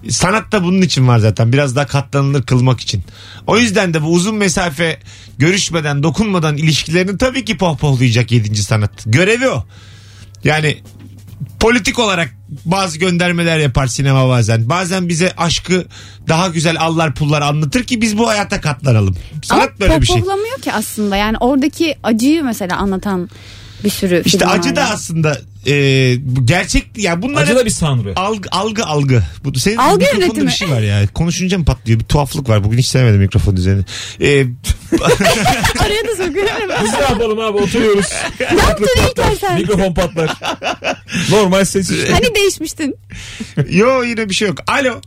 Speaker 2: Sanat da bunun için var zaten. Biraz daha katlanılır kılmak için. O yüzden de bu uzun mesafe görüşmeden, dokunmadan ilişkilerini tabii ki pohpohlayacak yedinci sanat. Görevi o. Yani politik olarak bazı göndermeler yapar sinema bazen. Bazen bize aşkı daha güzel allar pullar anlatır ki biz bu hayata katlanalım. Sanat
Speaker 4: Ama
Speaker 2: böyle bir şey.
Speaker 4: pohpohlamıyor ki aslında. Yani oradaki acıyı mesela anlatan bir sürü
Speaker 2: İşte
Speaker 4: film var
Speaker 2: acı da
Speaker 4: ya.
Speaker 2: aslında e, bu gerçek ya bunlar
Speaker 3: Acı
Speaker 2: hep-
Speaker 3: da bir sanrı.
Speaker 2: Algı algı algı. Bu senin
Speaker 4: Algı
Speaker 2: mikrofonda
Speaker 4: yönetimi.
Speaker 2: bir şey var ya. Konuşunca mı patlıyor? Bir tuhaflık var. Bugün hiç sevmedim mikrofon düzeni. Ee,
Speaker 4: Araya da sokuyorum.
Speaker 3: Biz ne yapalım abi oturuyoruz.
Speaker 4: ne yaptın İlker sen?
Speaker 3: Mikrofon patlar. Normal ses işte.
Speaker 4: Hani değişmiştin?
Speaker 2: yo yine bir şey yok. Alo.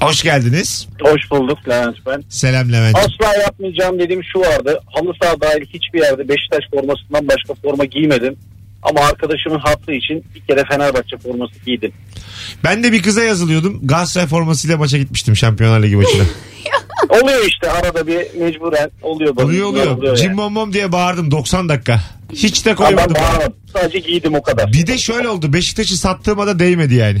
Speaker 2: Hoş geldiniz.
Speaker 5: Hoş bulduk Levent ben.
Speaker 2: Selam Levent.
Speaker 5: Asla yapmayacağım dediğim şu vardı. Halı saha dahil hiçbir yerde Beşiktaş formasından başka forma giymedim. Ama arkadaşımın hattı için bir kere Fenerbahçe forması giydim.
Speaker 2: Ben de bir kıza yazılıyordum. Galatasaray formasıyla maça gitmiştim Şampiyonlar Ligi maçına.
Speaker 5: Oluyor işte arada bir mecburen oluyor. bazen
Speaker 2: oluyor oluyor.
Speaker 5: yani.
Speaker 2: Cim bom bom diye bağırdım 90 dakika. Hiç de
Speaker 5: Ama
Speaker 2: koymadım.
Speaker 5: ben bağırmadım. Sadece giydim o kadar.
Speaker 2: Bir de şöyle oldu. Beşiktaş'ı sattığıma da değmedi yani.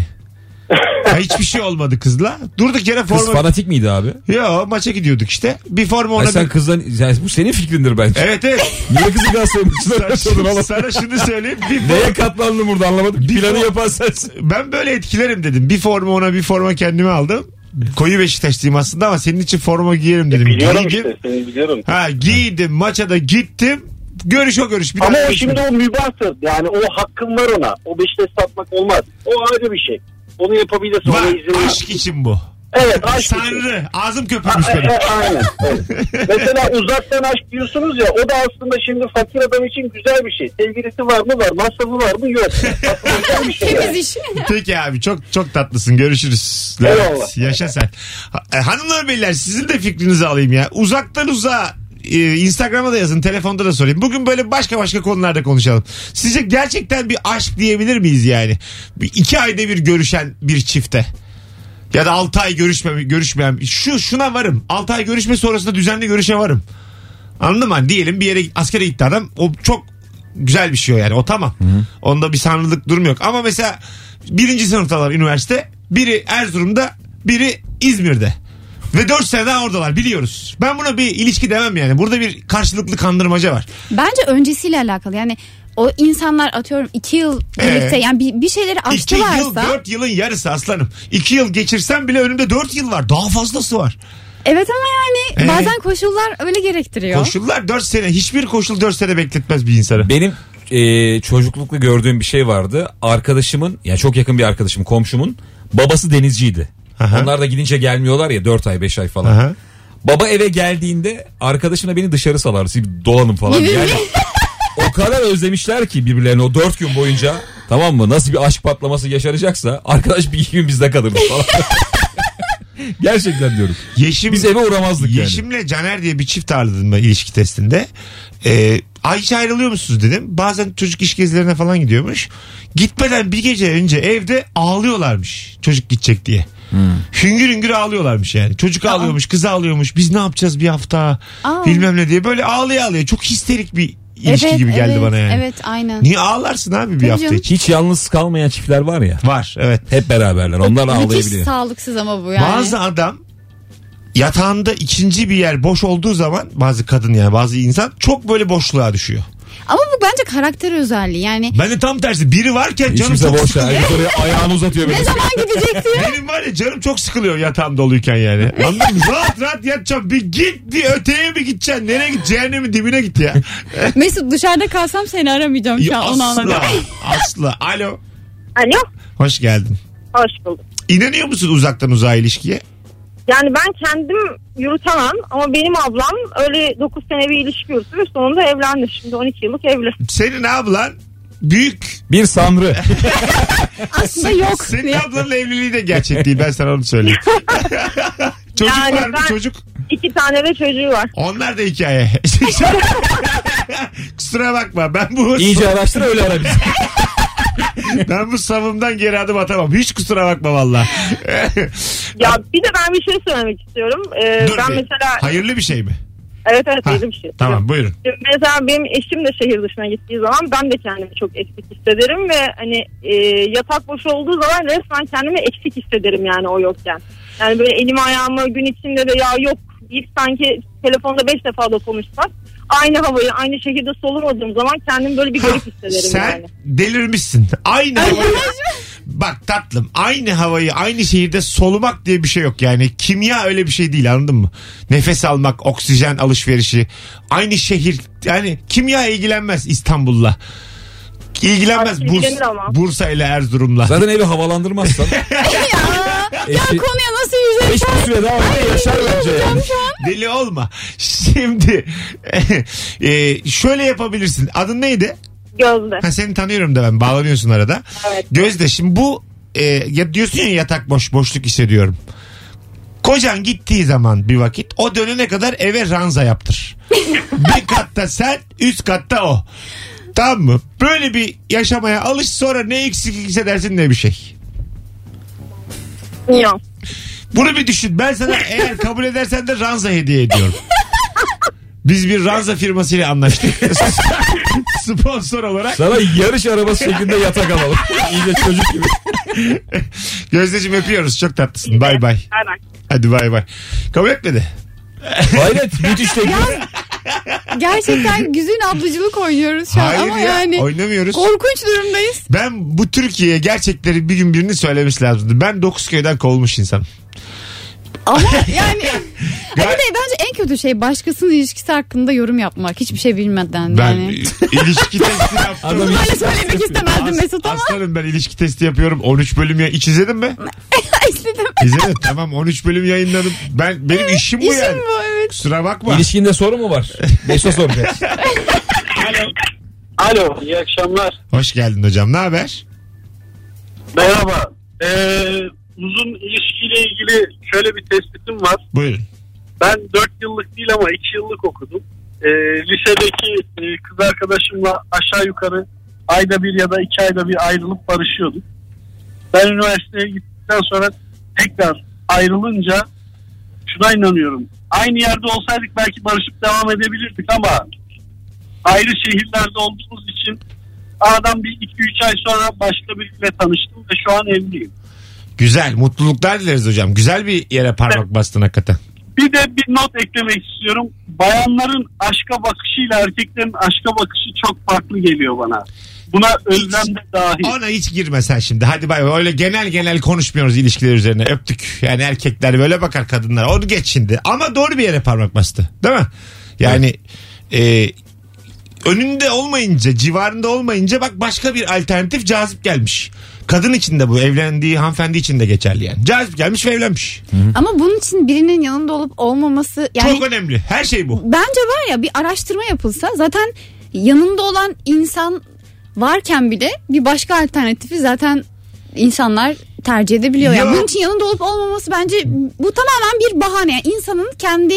Speaker 2: Ya hiçbir şey olmadı kızla. Durduk yere
Speaker 3: Kız
Speaker 2: forma...
Speaker 3: fanatik miydi abi?
Speaker 2: Yo maça gidiyorduk işte. Bir forma ona...
Speaker 3: Ay sen
Speaker 2: bir-
Speaker 3: kızdan yani bu senin fikrindir bence.
Speaker 2: Evet evet.
Speaker 3: Niye kızı Galatasaray'ın içine
Speaker 2: Sana,
Speaker 3: taşıdın oğlum?
Speaker 2: sana şunu söyleyeyim. Bir
Speaker 3: Neye
Speaker 2: form-
Speaker 3: katlandın burada anlamadım. Planı yapan sensin.
Speaker 2: ben böyle etkilerim dedim. Bir forma ona bir forma kendime aldım. Koyu Beşiktaşlıyım aslında ama senin için forma giyerim dedim.
Speaker 5: Biliyorum
Speaker 2: Giydim.
Speaker 5: işte seni biliyorum.
Speaker 2: Ha giydim maça da gittim. Görüş o görüş. Bir
Speaker 5: Ama
Speaker 2: daha
Speaker 5: o şimdi o mübahtır. Yani o hakkın var ona. O Beşiktaş satmak olmaz. O ayrı bir şey. Onu yapabilirsin. Ona
Speaker 2: Var,
Speaker 5: izin ver.
Speaker 2: aşk için bu.
Speaker 5: Evet aşk için.
Speaker 2: Tanrı. Ağzım köpürmüş
Speaker 5: E,
Speaker 2: benim.
Speaker 5: e, Aynen. evet. Mesela uzaktan aşk diyorsunuz ya o da aslında şimdi fakir adam için güzel bir şey. Sevgilisi var mı var, masrafı var mı yok. Aslında güzel bir şey.
Speaker 4: Temiz
Speaker 5: yani.
Speaker 4: iş.
Speaker 2: Peki abi çok çok tatlısın. Görüşürüz. Evet,
Speaker 5: Eyvallah.
Speaker 2: yaşa sen. Ha- e, hanımlar beyler sizin de fikrinizi alayım ya. Uzaktan uzağa e, Instagram'a da yazın. Telefonda da sorayım. Bugün böyle başka başka konularda konuşalım. Sizce gerçekten bir aşk diyebilir miyiz yani? Bir, iki ayda bir görüşen bir çifte. Ya da 6 ay görüşme, görüşmeyen şu şuna varım. 6 ay görüşme sonrasında düzenli görüşe varım. Anladın mı? Hani Diyelim bir yere askere gitti adam. O çok güzel bir şey o yani. O tamam. Onda bir sanrılık durum yok. Ama mesela birinci sınıftalar üniversite. Biri Erzurum'da biri İzmir'de. Ve 4 sene daha oradalar biliyoruz. Ben buna bir ilişki demem yani. Burada bir karşılıklı kandırmaca var.
Speaker 4: Bence öncesiyle alakalı. Yani o insanlar atıyorum iki yıl birlikte yani bir, bir şeyleri
Speaker 2: 2 Ee, yıl
Speaker 4: aştılarsa.
Speaker 2: 4 yılın yarısı aslanım. 2 yıl geçirsem bile önümde 4 yıl var. Daha fazlası var.
Speaker 4: Evet ama yani
Speaker 2: Ee?
Speaker 4: bazen koşullar öyle gerektiriyor.
Speaker 2: Koşullar 4 sene. Hiçbir koşul 4 sene bekletmez bir insanı.
Speaker 3: Benim e, çocuklukla gördüğüm bir şey vardı. Arkadaşımın yani çok yakın bir arkadaşım komşumun babası denizciydi.
Speaker 2: Aha.
Speaker 3: Onlar da gidince gelmiyorlar ya 4 ay 5 ay falan.
Speaker 2: Aha.
Speaker 3: Baba eve geldiğinde arkadaşımla beni dışarı salardı. Siz bir dolanın falan.
Speaker 4: Gibi
Speaker 3: Yani o kadar özlemişler ki birbirlerini o dört gün boyunca. Tamam mı? Nasıl bir aşk patlaması yaşanacaksa arkadaş bir iki gün bizde kalırdı falan. Gerçekten diyorum.
Speaker 2: Yeşim,
Speaker 3: Biz eve uğramazdık yani.
Speaker 2: Yeşim'le Caner diye bir çift ağırladım ben ilişki testinde. Ee, Ay hiç ayrılıyor musunuz dedim. Bazen çocuk iş gezilerine falan gidiyormuş. Gitmeden bir gece önce evde ağlıyorlarmış. Çocuk gidecek diye.
Speaker 3: Hmm.
Speaker 2: Hüngür hüngür ağlıyorlarmış yani. Çocuk ağlıyormuş, kız ağlıyormuş. Biz ne yapacağız bir hafta
Speaker 4: Aa.
Speaker 2: bilmem ne diye. Böyle ağlaya ağlaya çok histerik bir ilişki
Speaker 4: evet,
Speaker 2: gibi geldi
Speaker 4: evet,
Speaker 2: bana yani.
Speaker 4: Evet aynen.
Speaker 2: Niye ağlarsın abi bir
Speaker 4: Tabii
Speaker 2: hafta
Speaker 4: canım.
Speaker 2: için?
Speaker 3: Hiç yalnız kalmayan çiftler var ya.
Speaker 2: Var evet.
Speaker 3: Hep beraberler. Onlar
Speaker 4: Müthiş
Speaker 3: ağlayabiliyor.
Speaker 4: sağlıksız ama bu yani.
Speaker 2: Bazı adam yatağında ikinci bir yer boş olduğu zaman bazı kadın yani bazı insan çok böyle boşluğa düşüyor.
Speaker 4: Ama bu bence karakter özelliği. Yani
Speaker 2: Ben de tam tersi biri varken canım
Speaker 3: İçimize
Speaker 2: çok
Speaker 3: boş
Speaker 2: sıkılıyor.
Speaker 3: ver. Oraya ayağını uzatıyor böyle.
Speaker 4: ne zaman gidecek diyor.
Speaker 2: Benim var ya canım çok sıkılıyor yatağım doluyken yani. Anladın mı? rahat rahat yatacağım. Bir git bir öteye mi gideceksin? Nereye git? Cehennemin dibine git ya.
Speaker 4: Mesut dışarıda kalsam seni aramayacağım şu
Speaker 2: Ya
Speaker 4: an onu anladım.
Speaker 2: asla. asla. Alo.
Speaker 8: Alo,
Speaker 2: Hoş geldin.
Speaker 8: Hani hoş bulduk.
Speaker 2: İnanıyor musun uzaktan uzağa ilişkiye?
Speaker 8: Yani ben kendim yürütemem ama benim ablam öyle 9 sene bir ilişki yürüttü ve sonunda evlendi. Şimdi 12 yıllık evli.
Speaker 2: Senin ablan büyük.
Speaker 3: Bir sanrı.
Speaker 4: Aslında yok.
Speaker 2: Senin ablanın evliliği de gerçek değil. Ben sana onu söyleyeyim. çocuk
Speaker 8: Yani
Speaker 2: var mı?
Speaker 8: ben-
Speaker 2: Çocuk.
Speaker 8: İki tane de çocuğu var.
Speaker 2: Onlar da hikaye. Kusura bakma ben bu
Speaker 3: İyice araştır öyle ara bizi.
Speaker 2: ben bu savımdan geri adım atamam. Hiç kusura bakma valla.
Speaker 8: Ya bir de ben bir şey söylemek istiyorum. Ee,
Speaker 2: Dur
Speaker 8: ben
Speaker 2: bir.
Speaker 8: mesela
Speaker 2: Hayırlı bir şey mi?
Speaker 8: evet evet
Speaker 2: Ha,
Speaker 8: dedim bir şey.
Speaker 2: Tamam buyurun.
Speaker 8: Şimdi Mesela benim eşim de şehir dışına gittiği zaman ben de kendimi çok eksik hissederim ve hani e, yatak boş olduğu zaman resmen kendimi eksik hissederim yani o yokken. Yani böyle elimi ayağımı gün içinde de ya yok deyip sanki telefonda beş defa da konuşsak aynı havayı aynı şekilde solumadığım zaman kendimi böyle bir garip hissederim
Speaker 2: Sen
Speaker 8: yani.
Speaker 2: delirmişsin. Aynı havayı... Bak tatlım aynı havayı aynı şehirde solumak diye bir şey yok yani kimya öyle bir şey değil anladın mı? Nefes almak, oksijen alışverişi, aynı şehir yani kimya ilgilenmez İstanbul'la. İlgilenmez
Speaker 8: Ay, ilgilenir ama.
Speaker 2: Bursa, Bursa ile Erzurum'la.
Speaker 3: Zaten evi havalandırmazsan. Eşi,
Speaker 4: Konuya nasıl yüzleştim?
Speaker 3: eşi bir süre daha orada yaşar bence yani.
Speaker 2: Deli olma. Şimdi e, şöyle yapabilirsin. Adın neydi?
Speaker 8: Gözde.
Speaker 2: Ha, seni tanıyorum da ben bağlanıyorsun arada.
Speaker 8: Evet.
Speaker 2: Gözde şimdi bu e, ya diyorsun ya yatak boş boşluk hissediyorum. Kocan gittiği zaman bir vakit o dönene kadar eve ranza yaptır. bir katta sen üst katta o. Tamam mı? Böyle bir yaşamaya alış sonra ne eksik hissedersin ne bir şey.
Speaker 8: Yok.
Speaker 2: Bunu bir düşün. Ben sana eğer kabul edersen de ranza hediye ediyorum. Biz bir ranza firmasıyla anlaştık. Sponsor olarak.
Speaker 3: Sana yarış arabası şeklinde yatak alalım. İyice çocuk gibi.
Speaker 2: Gözdeciğim öpüyoruz. Çok tatlısın. Bay bay.
Speaker 8: Aynen.
Speaker 2: Hadi bay bay. Kabul etmedi.
Speaker 3: Hayret müthiş teklif.
Speaker 4: Gerçekten güzün ablacılık oynuyoruz şu an
Speaker 2: Hayır
Speaker 4: ama
Speaker 2: ya
Speaker 4: yani
Speaker 2: oynamıyoruz.
Speaker 4: korkunç durumdayız.
Speaker 2: ben bu Türkiye'ye gerçekleri bir gün birini söylemesi lazımdı. Ben dokuz köyden kovulmuş insan.
Speaker 4: Ama yani bir
Speaker 2: Gal-
Speaker 4: de bence en kötü şey başkasının ilişkisi hakkında yorum yapmak. Hiçbir şey bilmeden
Speaker 2: Ben
Speaker 4: yani.
Speaker 2: ilişki testi yaptım.
Speaker 3: Adam
Speaker 4: Bunu böyle
Speaker 3: ilişkisi
Speaker 4: söylemek istemezdim
Speaker 2: As-
Speaker 4: Mesut ama
Speaker 2: Aslanım ben ilişki testi yapıyorum. 13 bölüm ya iç izledin mi?
Speaker 4: istedim.
Speaker 2: İzledim. tamam 13 bölüm yayınladım. Ben benim işim bu
Speaker 4: İşim
Speaker 2: yani.
Speaker 4: bu evet.
Speaker 2: Kusura bakma.
Speaker 3: İlişkinde soru mu var? Beşte soracağız.
Speaker 5: Alo iyi akşamlar.
Speaker 2: Hoş geldin hocam. Ne haber?
Speaker 5: Merhaba. Ee, uzun ilişkiyle ilgili şöyle bir tespitim var.
Speaker 2: Buyurun.
Speaker 5: Ben 4 yıllık değil ama 2 yıllık okudum. Ee, lisedeki e, kız arkadaşımla aşağı yukarı ayda bir ya da iki ayda bir ayrılıp barışıyorduk. Ben üniversiteye gittikten sonra tekrar ayrılınca şuna inanıyorum. Aynı yerde olsaydık belki barışıp devam edebilirdik ama ayrı şehirlerde olduğumuz için aradan bir iki üç ay sonra başka biriyle tanıştım ve şu an evliyim.
Speaker 2: Güzel. Mutluluklar dileriz hocam. Güzel bir yere parmak bastın hakikaten.
Speaker 5: Bir de bir not eklemek istiyorum. Bayanların aşka bakışıyla erkeklerin aşka bakışı çok farklı geliyor bana. Buna özlem de dahil.
Speaker 2: Ona hiç girme sen şimdi. Hadi bay bay. Öyle genel genel konuşmuyoruz ilişkiler üzerine. Öptük. Yani erkekler böyle bakar kadınlar. Onu geç şimdi. Ama doğru bir yere parmak bastı. Değil mi? Yani e, önünde olmayınca, civarında olmayınca bak başka bir alternatif cazip gelmiş. Kadın için de bu evlendiği hanımefendi için de geçerli yani. Cazip gelmiş ve evlenmiş.
Speaker 4: Ama bunun için birinin yanında olup olmaması yani
Speaker 2: Çok önemli. Her şey bu.
Speaker 4: bence var ya bir araştırma yapılsa zaten yanında olan insan varken bile bir başka alternatifi zaten insanlar tercih edebiliyor. Yani
Speaker 2: Ya.
Speaker 4: bunun için yanında olup olmaması bence bu tamamen bir bahane. Yani insanın kendi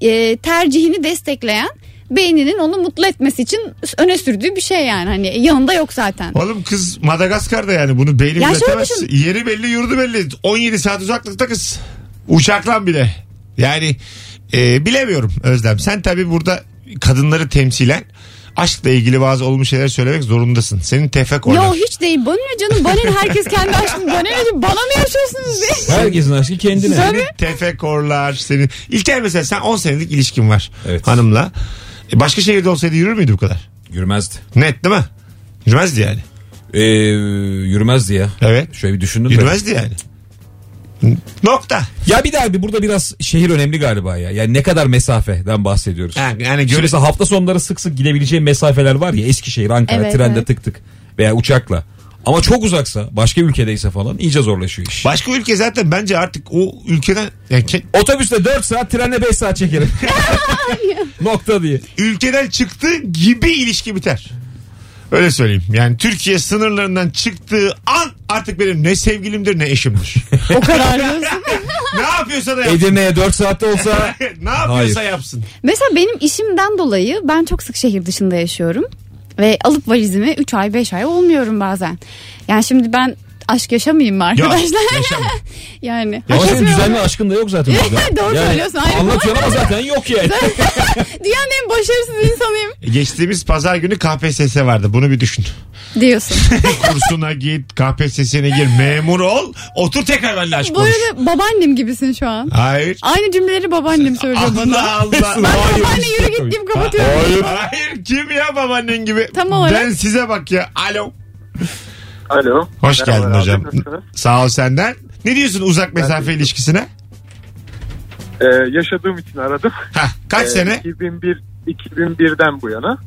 Speaker 4: e, tercihini destekleyen beyninin onu mutlu etmesi için öne sürdüğü bir şey yani. Hani yanında yok zaten.
Speaker 2: Oğlum kız Madagaskar'da yani bunu beyni
Speaker 4: Ya şöyle
Speaker 2: üretemez. Yeri belli yurdu belli. 17 saat uzaklıkta kız. Uçaklan bile. Yani e, bilemiyorum Özlem. Sen tabii burada kadınları temsilen aşkla ilgili bazı olumlu şeyler söylemek zorundasın. Senin tefek oynar.
Speaker 4: Yo hiç değil. Bana ne canım? Bana ne? Herkes kendi aşkını bana ne? Bana ne yaşıyorsunuz diye.
Speaker 3: Herkesin aşkı kendine.
Speaker 2: Seni tefekorlar seni. İlker mesela sen 10 senelik ilişkin var
Speaker 3: Evet.
Speaker 2: hanımla. E, başka şehirde olsaydı yürür müydü bu kadar?
Speaker 3: Yürümezdi.
Speaker 2: Net değil mi? Yürümezdi yani.
Speaker 3: Ee, yürümezdi ya.
Speaker 2: Evet.
Speaker 3: Şöyle bir düşündüm de.
Speaker 2: Yürümezdi yani. Nokta.
Speaker 3: Ya bir daha bir burada biraz şehir önemli galiba ya. Yani ne kadar mesafeden bahsediyoruz.
Speaker 2: Yani, yani
Speaker 3: Şimdi
Speaker 2: göre-
Speaker 3: mesela hafta sonları sık sık gidebileceğin mesafeler var ya Eskişehir, Ankara,
Speaker 4: Evet,
Speaker 3: trende
Speaker 4: evet.
Speaker 3: tık tık veya uçakla. Ama çok uzaksa, başka ülkedeyse falan iyice zorlaşıyor iş.
Speaker 2: başka ülke zaten bence artık o ülkeden yani ke-
Speaker 3: Otobüste 4 saat, trenle 5 saat çekerim. Nokta diye.
Speaker 2: ülkeden çıktığı gibi ilişki biter. Öyle söyleyeyim. Yani Türkiye sınırlarından çıktığı an artık benim ne sevgilimdir ne eşimdir.
Speaker 4: O kadar diyorsun.
Speaker 2: ne yapıyorsa da yapsın.
Speaker 3: Edirne'ye 4 saatte olsa
Speaker 2: ne yapıyorsa yapsın.
Speaker 4: Mesela benim işimden dolayı ben çok sık şehir dışında yaşıyorum. Ve alıp valizimi 3 ay 5 ay olmuyorum bazen. Yani şimdi ben aşk yaşamayayım mı
Speaker 2: Ya,
Speaker 4: arkadaşlar?
Speaker 2: yaşama.
Speaker 4: yani.
Speaker 3: ama
Speaker 4: hak
Speaker 3: senin
Speaker 4: etmiyorum.
Speaker 3: düzenli aşkın da yok zaten. burada.
Speaker 4: Doğru söylüyorsun, hayır.
Speaker 3: Anlatıyorsun ama zaten yok yani.
Speaker 4: Dünyanın en başarısız insanıyım
Speaker 2: E, Geçtiğimiz pazar günü KPSS vardı. Bunu bir düşün.
Speaker 4: diyorsun.
Speaker 2: Kursuna git, KPSS'ne gir, memur ol, otur tekrar benimle aşk
Speaker 4: Bu
Speaker 2: konuş.
Speaker 4: arada babaannem gibisin şu an.
Speaker 2: Hayır.
Speaker 4: Aynı cümleleri babaannem söylüyor bana.
Speaker 2: Allah Allah.
Speaker 4: Babaanne yürü git deyip kapatıyorum.
Speaker 2: Hayır kim ya babaannen gibi?
Speaker 4: Tam olarak.
Speaker 2: Ben size bak ya. Alo.
Speaker 9: Alo.
Speaker 2: Hoş
Speaker 9: Merhaba
Speaker 2: geldin
Speaker 9: abi,
Speaker 2: hocam.
Speaker 9: nasılsınız?
Speaker 2: Sağ ol senden. Ne diyorsun uzak mesafe ilişkisine?
Speaker 9: Ee, yaşadığım için aradım.
Speaker 2: Hah, kaç
Speaker 9: Ee,
Speaker 2: sene?
Speaker 9: 2001 2001'den bu yana.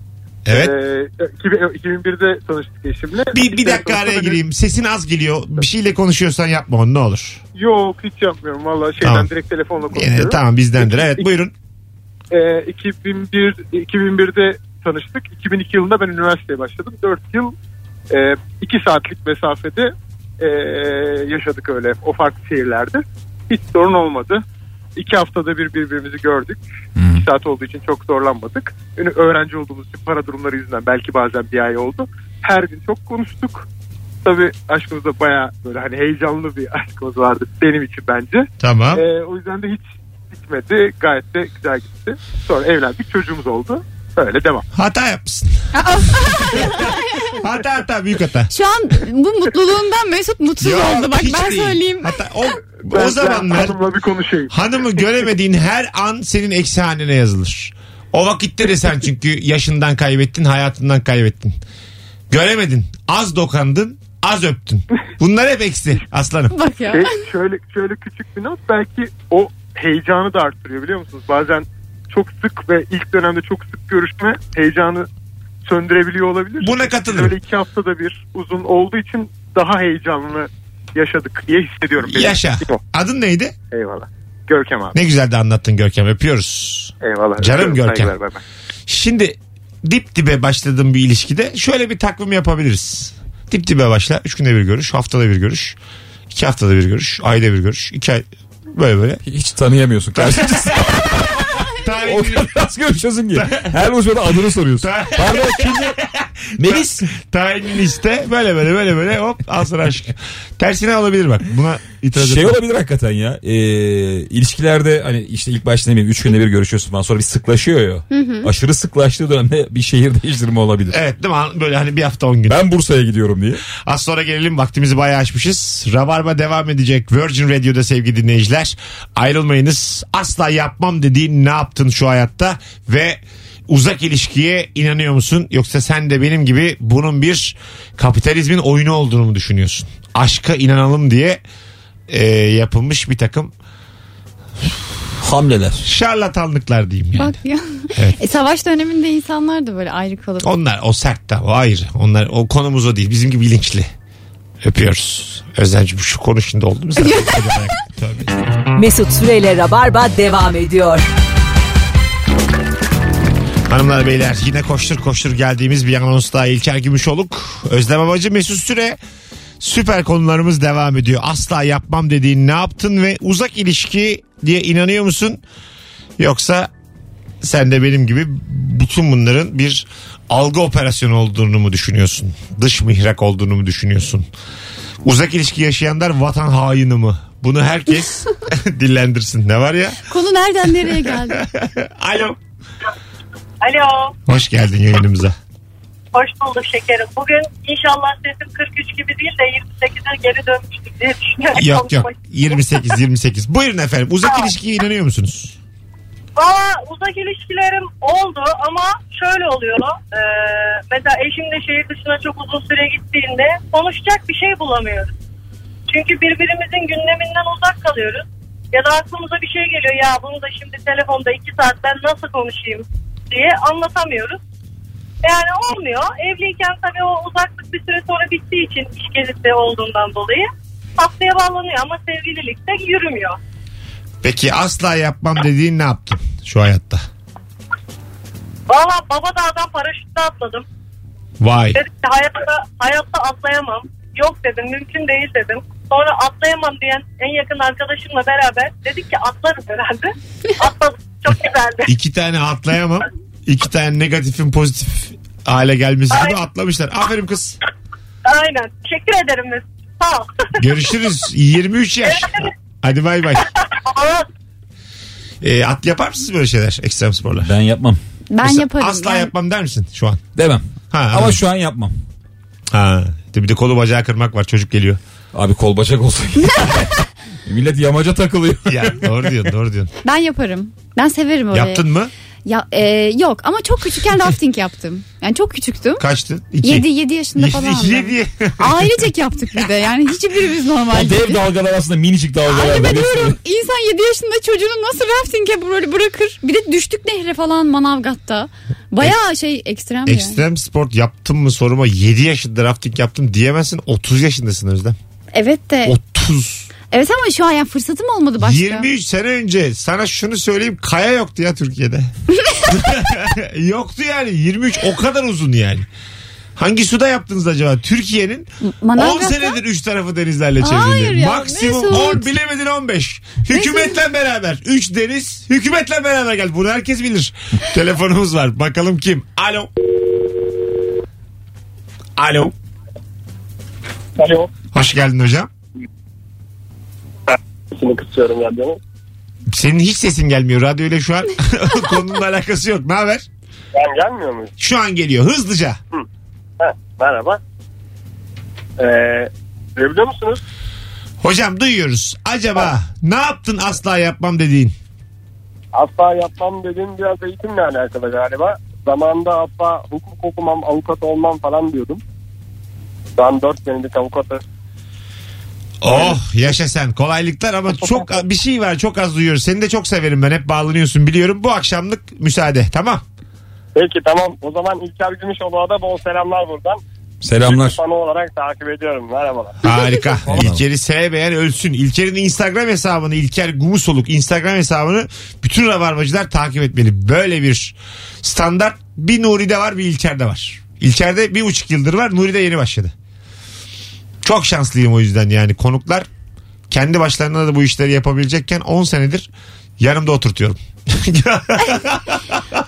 Speaker 2: Evet.
Speaker 9: Ee, 2001'de tanıştık eşimle.
Speaker 2: bir, bir dakika
Speaker 9: Sonra
Speaker 2: araya
Speaker 9: da-
Speaker 2: gireyim. Sesin az geliyor. Bir şeyle konuşuyorsan yapma onu ne olur.
Speaker 9: Yok hiç yapmıyorum valla şeyden
Speaker 2: Tamam.
Speaker 9: direkt telefonla
Speaker 2: Yine,
Speaker 9: konuşuyorum.
Speaker 2: tamam bizdendir. Evet buyurun.
Speaker 9: Ee, 2001 2001'de tanıştık. 2002 yılında ben üniversiteye başladım. 4 yıl 2 saatlik mesafede e, yaşadık öyle o farklı şehirlerde. Hiç sorun olmadı. 2 haftada bir birbirimizi gördük. 2 saat olduğu için çok zorlanmadık. Yani öğrenci olduğumuz için para durumları yüzünden belki bazen bir ay oldu. Her gün çok konuştuk. Tabii aşkımızda baya böyle hani heyecanlı bir aşkımız vardı benim için bence.
Speaker 2: Tamam.
Speaker 9: Ee, o yüzden de hiç bitmedi. Gayet de güzel gitti. Sonra evlendik çocuğumuz oldu. Böyle devam.
Speaker 2: Hata yapmışsın. hata hata büyük hata.
Speaker 4: Şu an bu mutluluğundan Mesut mutsuz
Speaker 2: Yok,
Speaker 4: oldu. Bak
Speaker 2: hiç
Speaker 4: ben
Speaker 2: değil.
Speaker 4: söyleyeyim.
Speaker 2: Hatta o,
Speaker 9: Ben-
Speaker 2: o zamanlar
Speaker 9: Ben hanımla bir konuşayım.
Speaker 2: hanımı göremediğin her an senin eksi hanene yazılır. O vakitte de sen çünkü yaşından kaybettin, hayatından kaybettin. Göremedin, az dokandın, az öptün. Bunlar hep eksi aslanım.
Speaker 4: Bak ya.
Speaker 9: Şey, şöyle, şöyle küçük bir not. Belki o heyecanı da arttırıyor biliyor musunuz? Bazen çok sık ve ilk dönemde çok sık görüşme heyecanı söndürebiliyor olabilir.
Speaker 2: Buna
Speaker 9: Böyle
Speaker 2: katılırım.
Speaker 9: iki haftada bir uzun olduğu için daha heyecanlı yaşadık diye hissediyorum. Benim
Speaker 2: Yaşa.
Speaker 9: fikrim o.
Speaker 2: Adın neydi?
Speaker 9: Eyvallah. Görkem abi.
Speaker 2: Ne güzel de anlattın Görkem. Öpüyoruz.
Speaker 9: Eyvallah.
Speaker 2: Canım Görkem.
Speaker 9: Saygılar, bay bay.
Speaker 2: Şimdi dip dibe başladığım bir ilişkide şöyle bir takvim yapabiliriz. Dip dibe başla. Üç günde bir görüş, haftada bir görüş, iki haftada bir görüş, ayda bir görüş, iki ay böyle böyle.
Speaker 3: Hiç tanıyamıyorsun karşıcısın. o
Speaker 2: Tarihini,
Speaker 3: kadar az görüşüyorsun ki. Her buluşmada adını soruyorsun. Pardon kimdi? Melis.
Speaker 2: tarihini iste böyle böyle böyle böyle hop al sana aşk. Tersine olabilir bak buna itiraz
Speaker 3: Şey
Speaker 2: etmem.
Speaker 3: olabilir hakikaten ya. Ee, ilişkilerde hani işte ilk başta ne bileyim 3 günde bir görüşüyorsun falan sonra bir sıklaşıyor ya. Aşırı sıklaştığı dönemde bir şehir değiştirme olabilir.
Speaker 2: Evet değil mi? Böyle hani bir hafta on gün.
Speaker 3: Ben Bursa'ya gidiyorum diye.
Speaker 2: Az sonra gelelim vaktimizi bayağı aşmışız. Rabarba devam edecek Virgin Radio'da sevgili dinleyiciler. Ayrılmayınız. Asla yapmam dediğin ne yaptın şu hayatta ve uzak ilişkiye inanıyor musun? Yoksa sen de benim gibi bunun bir kapitalizmin oyunu olduğunu mu düşünüyorsun? Aşka inanalım diye e, yapılmış bir takım
Speaker 3: Hamleler.
Speaker 2: şarlatanlıklar diyeyim yani.
Speaker 4: Bak ya. E, savaş döneminde insanlar da böyle ayrı kalıp.
Speaker 2: Onlar o sert de o ayrı. Onlar o konumuz o değil. Bizim gibi bilinçli. Öpüyoruz. Özlemciğim şu konu şimdi oldu mu? Sen? Tövbe.
Speaker 1: Mesut Süreyle Rabarba devam ediyor.
Speaker 2: Hanımlar beyler yine koştur koştur geldiğimiz bir anons daha İlker Gümüşoluk, Özlem Abacı, Mesut Süre. Süper konularımız devam ediyor. Asla yapmam dediğin ne yaptın ve uzak ilişki diye inanıyor musun? Yoksa sen de benim gibi bütün bunların bir algı operasyonu olduğunu mu düşünüyorsun? Dış mihrak olduğunu mu düşünüyorsun? Uzak ilişki yaşayanlar vatan haini mı? Bunu herkes dillendirsin. Ne var ya?
Speaker 4: Konu nereden nereye geldi?
Speaker 2: Alo.
Speaker 10: Alo.
Speaker 2: Hoş geldin yayınımıza.
Speaker 10: Hoş bulduk şekerim. Bugün inşallah sesim 43 gibi değil de 28'e geri dönmüştük diye düşünüyorum.
Speaker 2: Yok yok 28 28. Buyurun efendim uzak ilişkiye inanıyor musunuz?
Speaker 10: Valla uzak ilişkilerim oldu ama şöyle oluyor. Ee, mesela eşimle şehir dışına çok uzun süre gittiğinde konuşacak bir şey bulamıyoruz. Çünkü birbirimizin gündeminden uzak kalıyoruz. Ya da aklımıza bir şey geliyor ya bunu da şimdi telefonda iki saat ben nasıl konuşayım diye anlatamıyoruz. Yani olmuyor. Evliyken tabii o uzaklık bir süre sonra bittiği için işkeliz de olduğundan dolayı haftaya bağlanıyor ama sevgililikte yürümüyor.
Speaker 2: Peki asla yapmam dediğin ne yaptın şu hayatta?
Speaker 10: Valla Babadağ'dan paraşütle atladım.
Speaker 2: Vay.
Speaker 10: Dedim ki hayatta, hayatta atlayamam. Yok dedim mümkün değil dedim. Sonra atlayamam diyen en yakın arkadaşımla beraber dedik ki atlarız herhalde. Atladık. Çok güzeldi.
Speaker 2: İki tane atlayamam. iki tane negatifin pozitif hale gelmesi gibi
Speaker 10: Ay.
Speaker 2: atlamışlar. Aferin kız.
Speaker 10: Aynen. Teşekkür ederim Mesut. Sağ ol.
Speaker 2: Görüşürüz. 23 yaş. Hadi bay bay.
Speaker 10: Ama
Speaker 2: Ee, at yapar mısınız böyle şeyler? Ekstrem sporlar.
Speaker 3: Ben yapmam.
Speaker 4: Ben
Speaker 2: Mesela
Speaker 4: yaparım.
Speaker 2: Asla
Speaker 4: Yani
Speaker 2: yapmam der misin şu an?
Speaker 3: Demem.
Speaker 2: Ha,
Speaker 3: Ama
Speaker 2: evet.
Speaker 3: şu an yapmam.
Speaker 2: Ha. Bir de kolu bacağı kırmak var. Çocuk geliyor.
Speaker 3: Abi kol bacak olsa. Millet yamaca takılıyor.
Speaker 2: Ya doğru diyorsun doğru diyorsun.
Speaker 4: Ben yaparım. Ben severim öyle.
Speaker 2: Yaptın mı?
Speaker 4: Ya, e, yok ama çok küçükken rafting yaptım. Yani çok küçüktüm.
Speaker 2: Kaçtı? İki.
Speaker 4: 7 7 yaşında falan.
Speaker 2: şey, Yedi- yedi.
Speaker 4: Ailecek yaptık bir de. Yani hiçbirimiz normal
Speaker 3: O dev
Speaker 4: değil.
Speaker 3: dalgalar aslında minicik dalgalar.
Speaker 4: Anne ben
Speaker 3: Böyle-
Speaker 4: diyorum insan 7 yaşında çocuğunu nasıl rafting'e böyle bırakır? Bir de düştük nehre falan Manavgat'ta. Bayağı şey ekstrem yani.
Speaker 2: Ekstrem sport yaptın mı soruma 7 yaşında rafting yaptım diyemezsin. 30 yaşındasın Özlem.
Speaker 4: Evet de.
Speaker 2: 30.
Speaker 4: Evet ama şu an yani fırsatım olmadı başka.
Speaker 2: 23 sene önce sana şunu söyleyeyim kaya yoktu ya Türkiye'de. yoktu yani 23 o kadar uzun yani. Hangi suda yaptınız acaba? Türkiye'nin 10
Speaker 4: Manavgat'ta-
Speaker 2: senedir üç tarafı denizlerle
Speaker 4: Hayır
Speaker 2: çevrili.
Speaker 4: ya,
Speaker 2: Maksimum
Speaker 4: Mesut.
Speaker 2: 10 bilemedin 15. Hükümetle beraber 3 deniz hükümetle beraber gel. Bunu herkes bilir. Telefonumuz var. Bakalım kim? Alo. Alo.
Speaker 5: Alo.
Speaker 2: Hoş geldin hocam.
Speaker 5: Sesini kısıyorum radyomu.
Speaker 2: Senin hiç sesin gelmiyor radyoyla şu an. Konunun alakası yok. Ne haber?
Speaker 5: Ben gelmiyor muyum?
Speaker 2: Şu an geliyor hızlıca.
Speaker 5: Ha, merhaba. Ee, duyabiliyor musunuz?
Speaker 2: Hocam duyuyoruz. Acaba ne yaptın asla yapmam dediğin?
Speaker 5: Asla yapmam dediğim biraz eğitimle alakalı galiba. Zamanında asla hukuk okumam, avukat olmam falan diyordum. Ben 4 senelik avukatı.
Speaker 2: Oh yaşa sen kolaylıklar ama çok bir şey var çok az duyuyoruz. Seni de çok severim ben hep bağlanıyorsun biliyorum. Bu akşamlık müsaade tamam.
Speaker 5: Peki tamam o zaman İlker Gümüşoğlu'na da bol selamlar buradan.
Speaker 3: Selamlar.
Speaker 5: Fanı olarak takip ediyorum. Merhabalar.
Speaker 2: Harika. İlker'i sevmeyen ölsün. İlker'in Instagram hesabını İlker Gumusoluk Instagram hesabını bütün rabarbacılar takip etmeli. Böyle bir standart bir Nuri'de var bir İlker'de var. İlker'de bir buçuk yıldır var Nuri'de yeni başladı. Çok şanslıyım o yüzden yani konuklar kendi başlarına da bu işleri yapabilecekken 10 senedir yanımda oturtuyorum.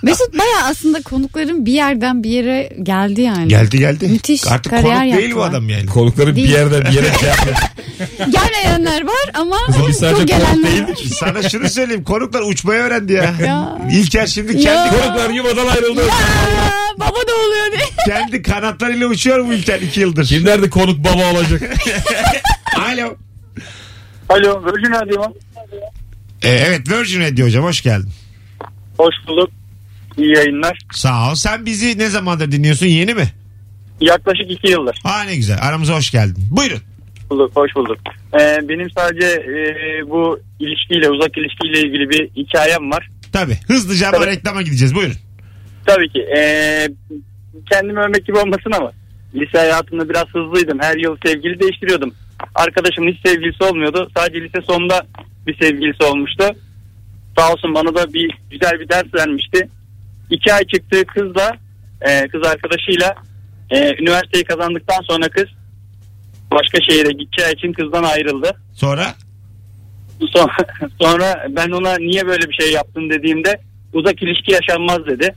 Speaker 4: Mesut bayağı aslında konukların bir yerden bir yere geldi yani.
Speaker 2: geldi geldi.
Speaker 4: Müthiş,
Speaker 2: Artık konuk
Speaker 4: kariyer
Speaker 2: değil bu
Speaker 4: yaptılar.
Speaker 2: adam yani.
Speaker 3: Konukları bir
Speaker 4: Değil.
Speaker 3: yerden bir yere şey yapıyor.
Speaker 4: Gelmeyenler var ama
Speaker 3: Biz
Speaker 4: çok
Speaker 3: sadece konuk
Speaker 4: gelenler var.
Speaker 3: değildik.
Speaker 2: Sana şunu söyleyeyim konuklar uçmayı öğrendi ya.
Speaker 4: Ya.
Speaker 2: İlker şimdi kendi
Speaker 4: Ya.
Speaker 3: Konuklar yuvadan ayrıldı.
Speaker 4: Aa, baba da oluyor diye.
Speaker 2: Kendi kanatlarıyla uçuyor bu İlker iki yıldır.
Speaker 3: Kimler de konuk baba olacak.
Speaker 2: Alo.
Speaker 5: Alo Virgin Radyo.
Speaker 2: Ee, evet Virgin Radio hocam hoş geldin.
Speaker 5: Hoş bulduk. İyi yayınlar.
Speaker 2: Sağ ol. Sen bizi ne zamandır dinliyorsun yeni mi?
Speaker 5: Yaklaşık 2 yıldır.
Speaker 2: Ha ne güzel aramıza hoş geldin. Buyurun.
Speaker 5: bulduk, hoş bulduk. Ee, benim sadece e, bu ilişkiyle, uzak ilişkiyle ilgili bir hikayem var.
Speaker 2: Tabi hızlıca ama
Speaker 5: Tabii.
Speaker 2: reklama gideceğiz buyurun.
Speaker 5: Tabii ki. E, kendimi övmek gibi olmasın ama lise hayatımda biraz hızlıydım. Her yıl sevgili değiştiriyordum. Arkadaşımın hiç sevgilisi olmuyordu. Sadece lise sonunda bir sevgilisi olmuştu. Sağ olsun bana da bir güzel bir ders vermişti. İki ay çıktığı kızla, e, kız arkadaşıyla e, üniversiteyi kazandıktan sonra kız başka şehire gideceği için kızdan ayrıldı.
Speaker 2: Sonra
Speaker 5: Son- sonra ben ona niye böyle bir şey yaptın dediğimde uzak ilişki yaşanmaz dedi.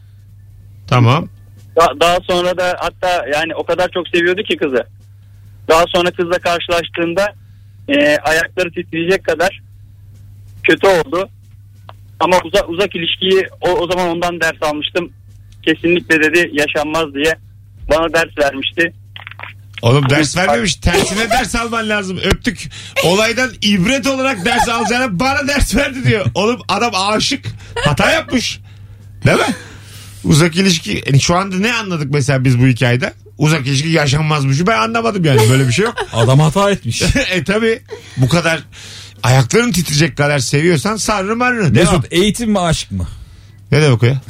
Speaker 2: tamam.
Speaker 5: Da- daha sonra da hatta yani o kadar çok seviyordu ki kızı. Daha sonra kızla karşılaştığında e, ayakları titreyecek kadar kötü oldu. Ama uzak, uzak ilişkiyi o, o zaman ondan ders almıştım.
Speaker 6: kesinlikle dedi yaşanmaz diye bana ders vermişti.
Speaker 2: Oğlum ders vermemiş. Tersine ders alman lazım. Öptük. Olaydan ibret olarak ders alacağına bana ders verdi diyor. Oğlum adam aşık. Hata yapmış. Değil mi? Uzak ilişki. Yani şu anda ne anladık mesela biz bu hikayede? Uzak ilişki yaşanmazmış. Ben anlamadım yani. Böyle bir şey yok.
Speaker 3: Adam hata etmiş.
Speaker 2: e tabi bu kadar ayakların titreyecek kadar seviyorsan sarrı marrı. Devam.
Speaker 3: Mesut eğitim mi aşk mı?
Speaker 2: Ne demek o ya?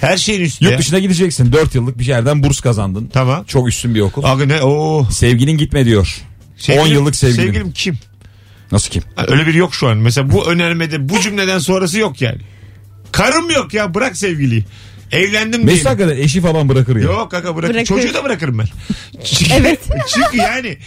Speaker 2: Her şeyin üstü
Speaker 3: Yurt
Speaker 2: ya.
Speaker 3: dışına gideceksin. 4 yıllık bir yerden burs kazandın.
Speaker 2: Tamam.
Speaker 3: Çok üstün bir okul.
Speaker 2: Abi ne? Oo.
Speaker 3: Sevgilin gitme diyor. 10 yıllık sevgilim.
Speaker 2: Sevgilim kim?
Speaker 3: Nasıl kim?
Speaker 2: Ha, Öyle bir yok şu an. Mesela bu önermede bu cümleden sonrası yok yani. Karım yok ya bırak sevgiliyi. Evlendim diye.
Speaker 3: Mesut hakikaten eşi falan bırakır ya.
Speaker 2: Yok kaka bırak.
Speaker 4: Bırakır.
Speaker 2: Çocuğu da bırakırım ben. Çünkü,
Speaker 4: Evet.
Speaker 2: çünkü yani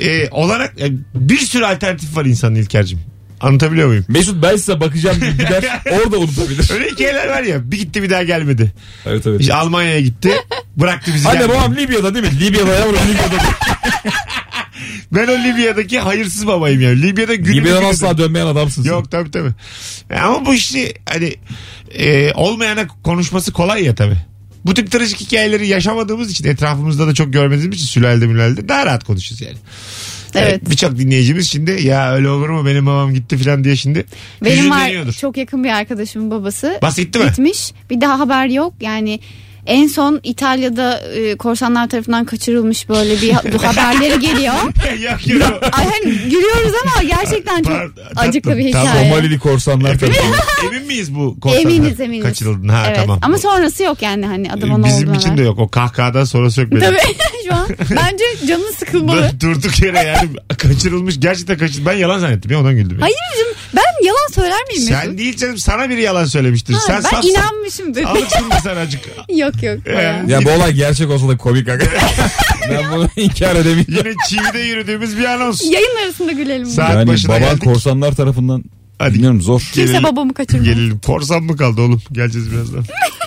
Speaker 2: e, olarak e, bir sürü alternatif var insanın İlker'cim. Anlatabiliyor muyum?
Speaker 3: Mesut ben size bakacağım diye gider orada unutabilir.
Speaker 2: Öyle hikayeler var ya bir gitti bir daha gelmedi.
Speaker 3: evet evet.
Speaker 2: İşte Almanya'ya gitti bıraktı bizi
Speaker 3: Anne
Speaker 2: gelmedi.
Speaker 3: babam Libya'da değil mi? Libya'da yavrum Libya'da.
Speaker 2: Ben o Libya'daki hayırsız babayım ya. Libya'da günümü
Speaker 3: Libya'dan
Speaker 2: gün-
Speaker 3: asla dönmeyen adamsın sen.
Speaker 2: Yok tabii tabii. E, Ama bu işi hani e, olmayana konuşması kolay ya tabii. Bu tip trajik hikayeleri yaşamadığımız için etrafımızda da çok görmediğimiz için sülalde mülelde daha rahat konuşuruz yani.
Speaker 4: Evet.
Speaker 2: E, Birçok dinleyicimiz şimdi ya öyle olur mu benim babam gitti falan diye şimdi
Speaker 4: Benim var
Speaker 2: hüzünleniyordur.
Speaker 4: çok yakın bir arkadaşımın babası.
Speaker 2: Bas gitti mi?
Speaker 4: Gitmiş. Bir daha haber yok. Yani en son İtalya'da e, korsanlar tarafından kaçırılmış böyle bir ha- bu haberleri geliyor.
Speaker 2: yok yok.
Speaker 4: Ay hani gülüyoruz ama gerçekten çok
Speaker 2: Pardon, tatlım,
Speaker 4: acıklı bir
Speaker 2: tamam.
Speaker 4: hikaye.
Speaker 3: Somalili korsanlar tabii.
Speaker 2: Emin miyiz bu korsanlar?
Speaker 4: Eminiz eminiz.
Speaker 2: Kaçırıldın ha
Speaker 4: evet.
Speaker 2: tamam. E,
Speaker 4: Ama sonrası yok yani hani adama ne
Speaker 2: Bizim
Speaker 4: olduğuna
Speaker 2: için
Speaker 4: dair.
Speaker 2: de yok. O kahkahadan sonrası yok benim.
Speaker 4: Tabii şu an bence canın sıkılmalı.
Speaker 2: Dur- Durduk yere yani kaçırılmış. Gerçekten kaçırılmış. Ben yalan zannettim ya ondan güldüm. ya.
Speaker 4: Hayır canım ben yalan söyler miyim?
Speaker 2: Sen
Speaker 4: Mesut?
Speaker 2: değil canım sana biri yalan söylemiştir.
Speaker 4: Ha,
Speaker 2: sen
Speaker 4: ben
Speaker 2: safsın.
Speaker 4: inanmışımdır.
Speaker 2: Alıksın mı sen acık?
Speaker 4: yok yok.
Speaker 2: Ee.
Speaker 4: bayağı.
Speaker 3: Ya bu olay gerçek olsa da komik hakikaten. ben bunu inkar edemeyeceğim.
Speaker 2: Yine çivide yürüdüğümüz bir anons.
Speaker 4: Yayın arasında gülelim.
Speaker 2: Sen- Saat
Speaker 3: Yani
Speaker 2: başına
Speaker 3: baban
Speaker 2: geldik.
Speaker 3: korsanlar tarafından
Speaker 2: Hadi.
Speaker 3: bilmiyorum zor.
Speaker 4: Kimse
Speaker 2: Gelelim.
Speaker 4: babamı kaçırmadı.
Speaker 2: Gelelim. Korsan mı kaldı oğlum? Geleceğiz birazdan.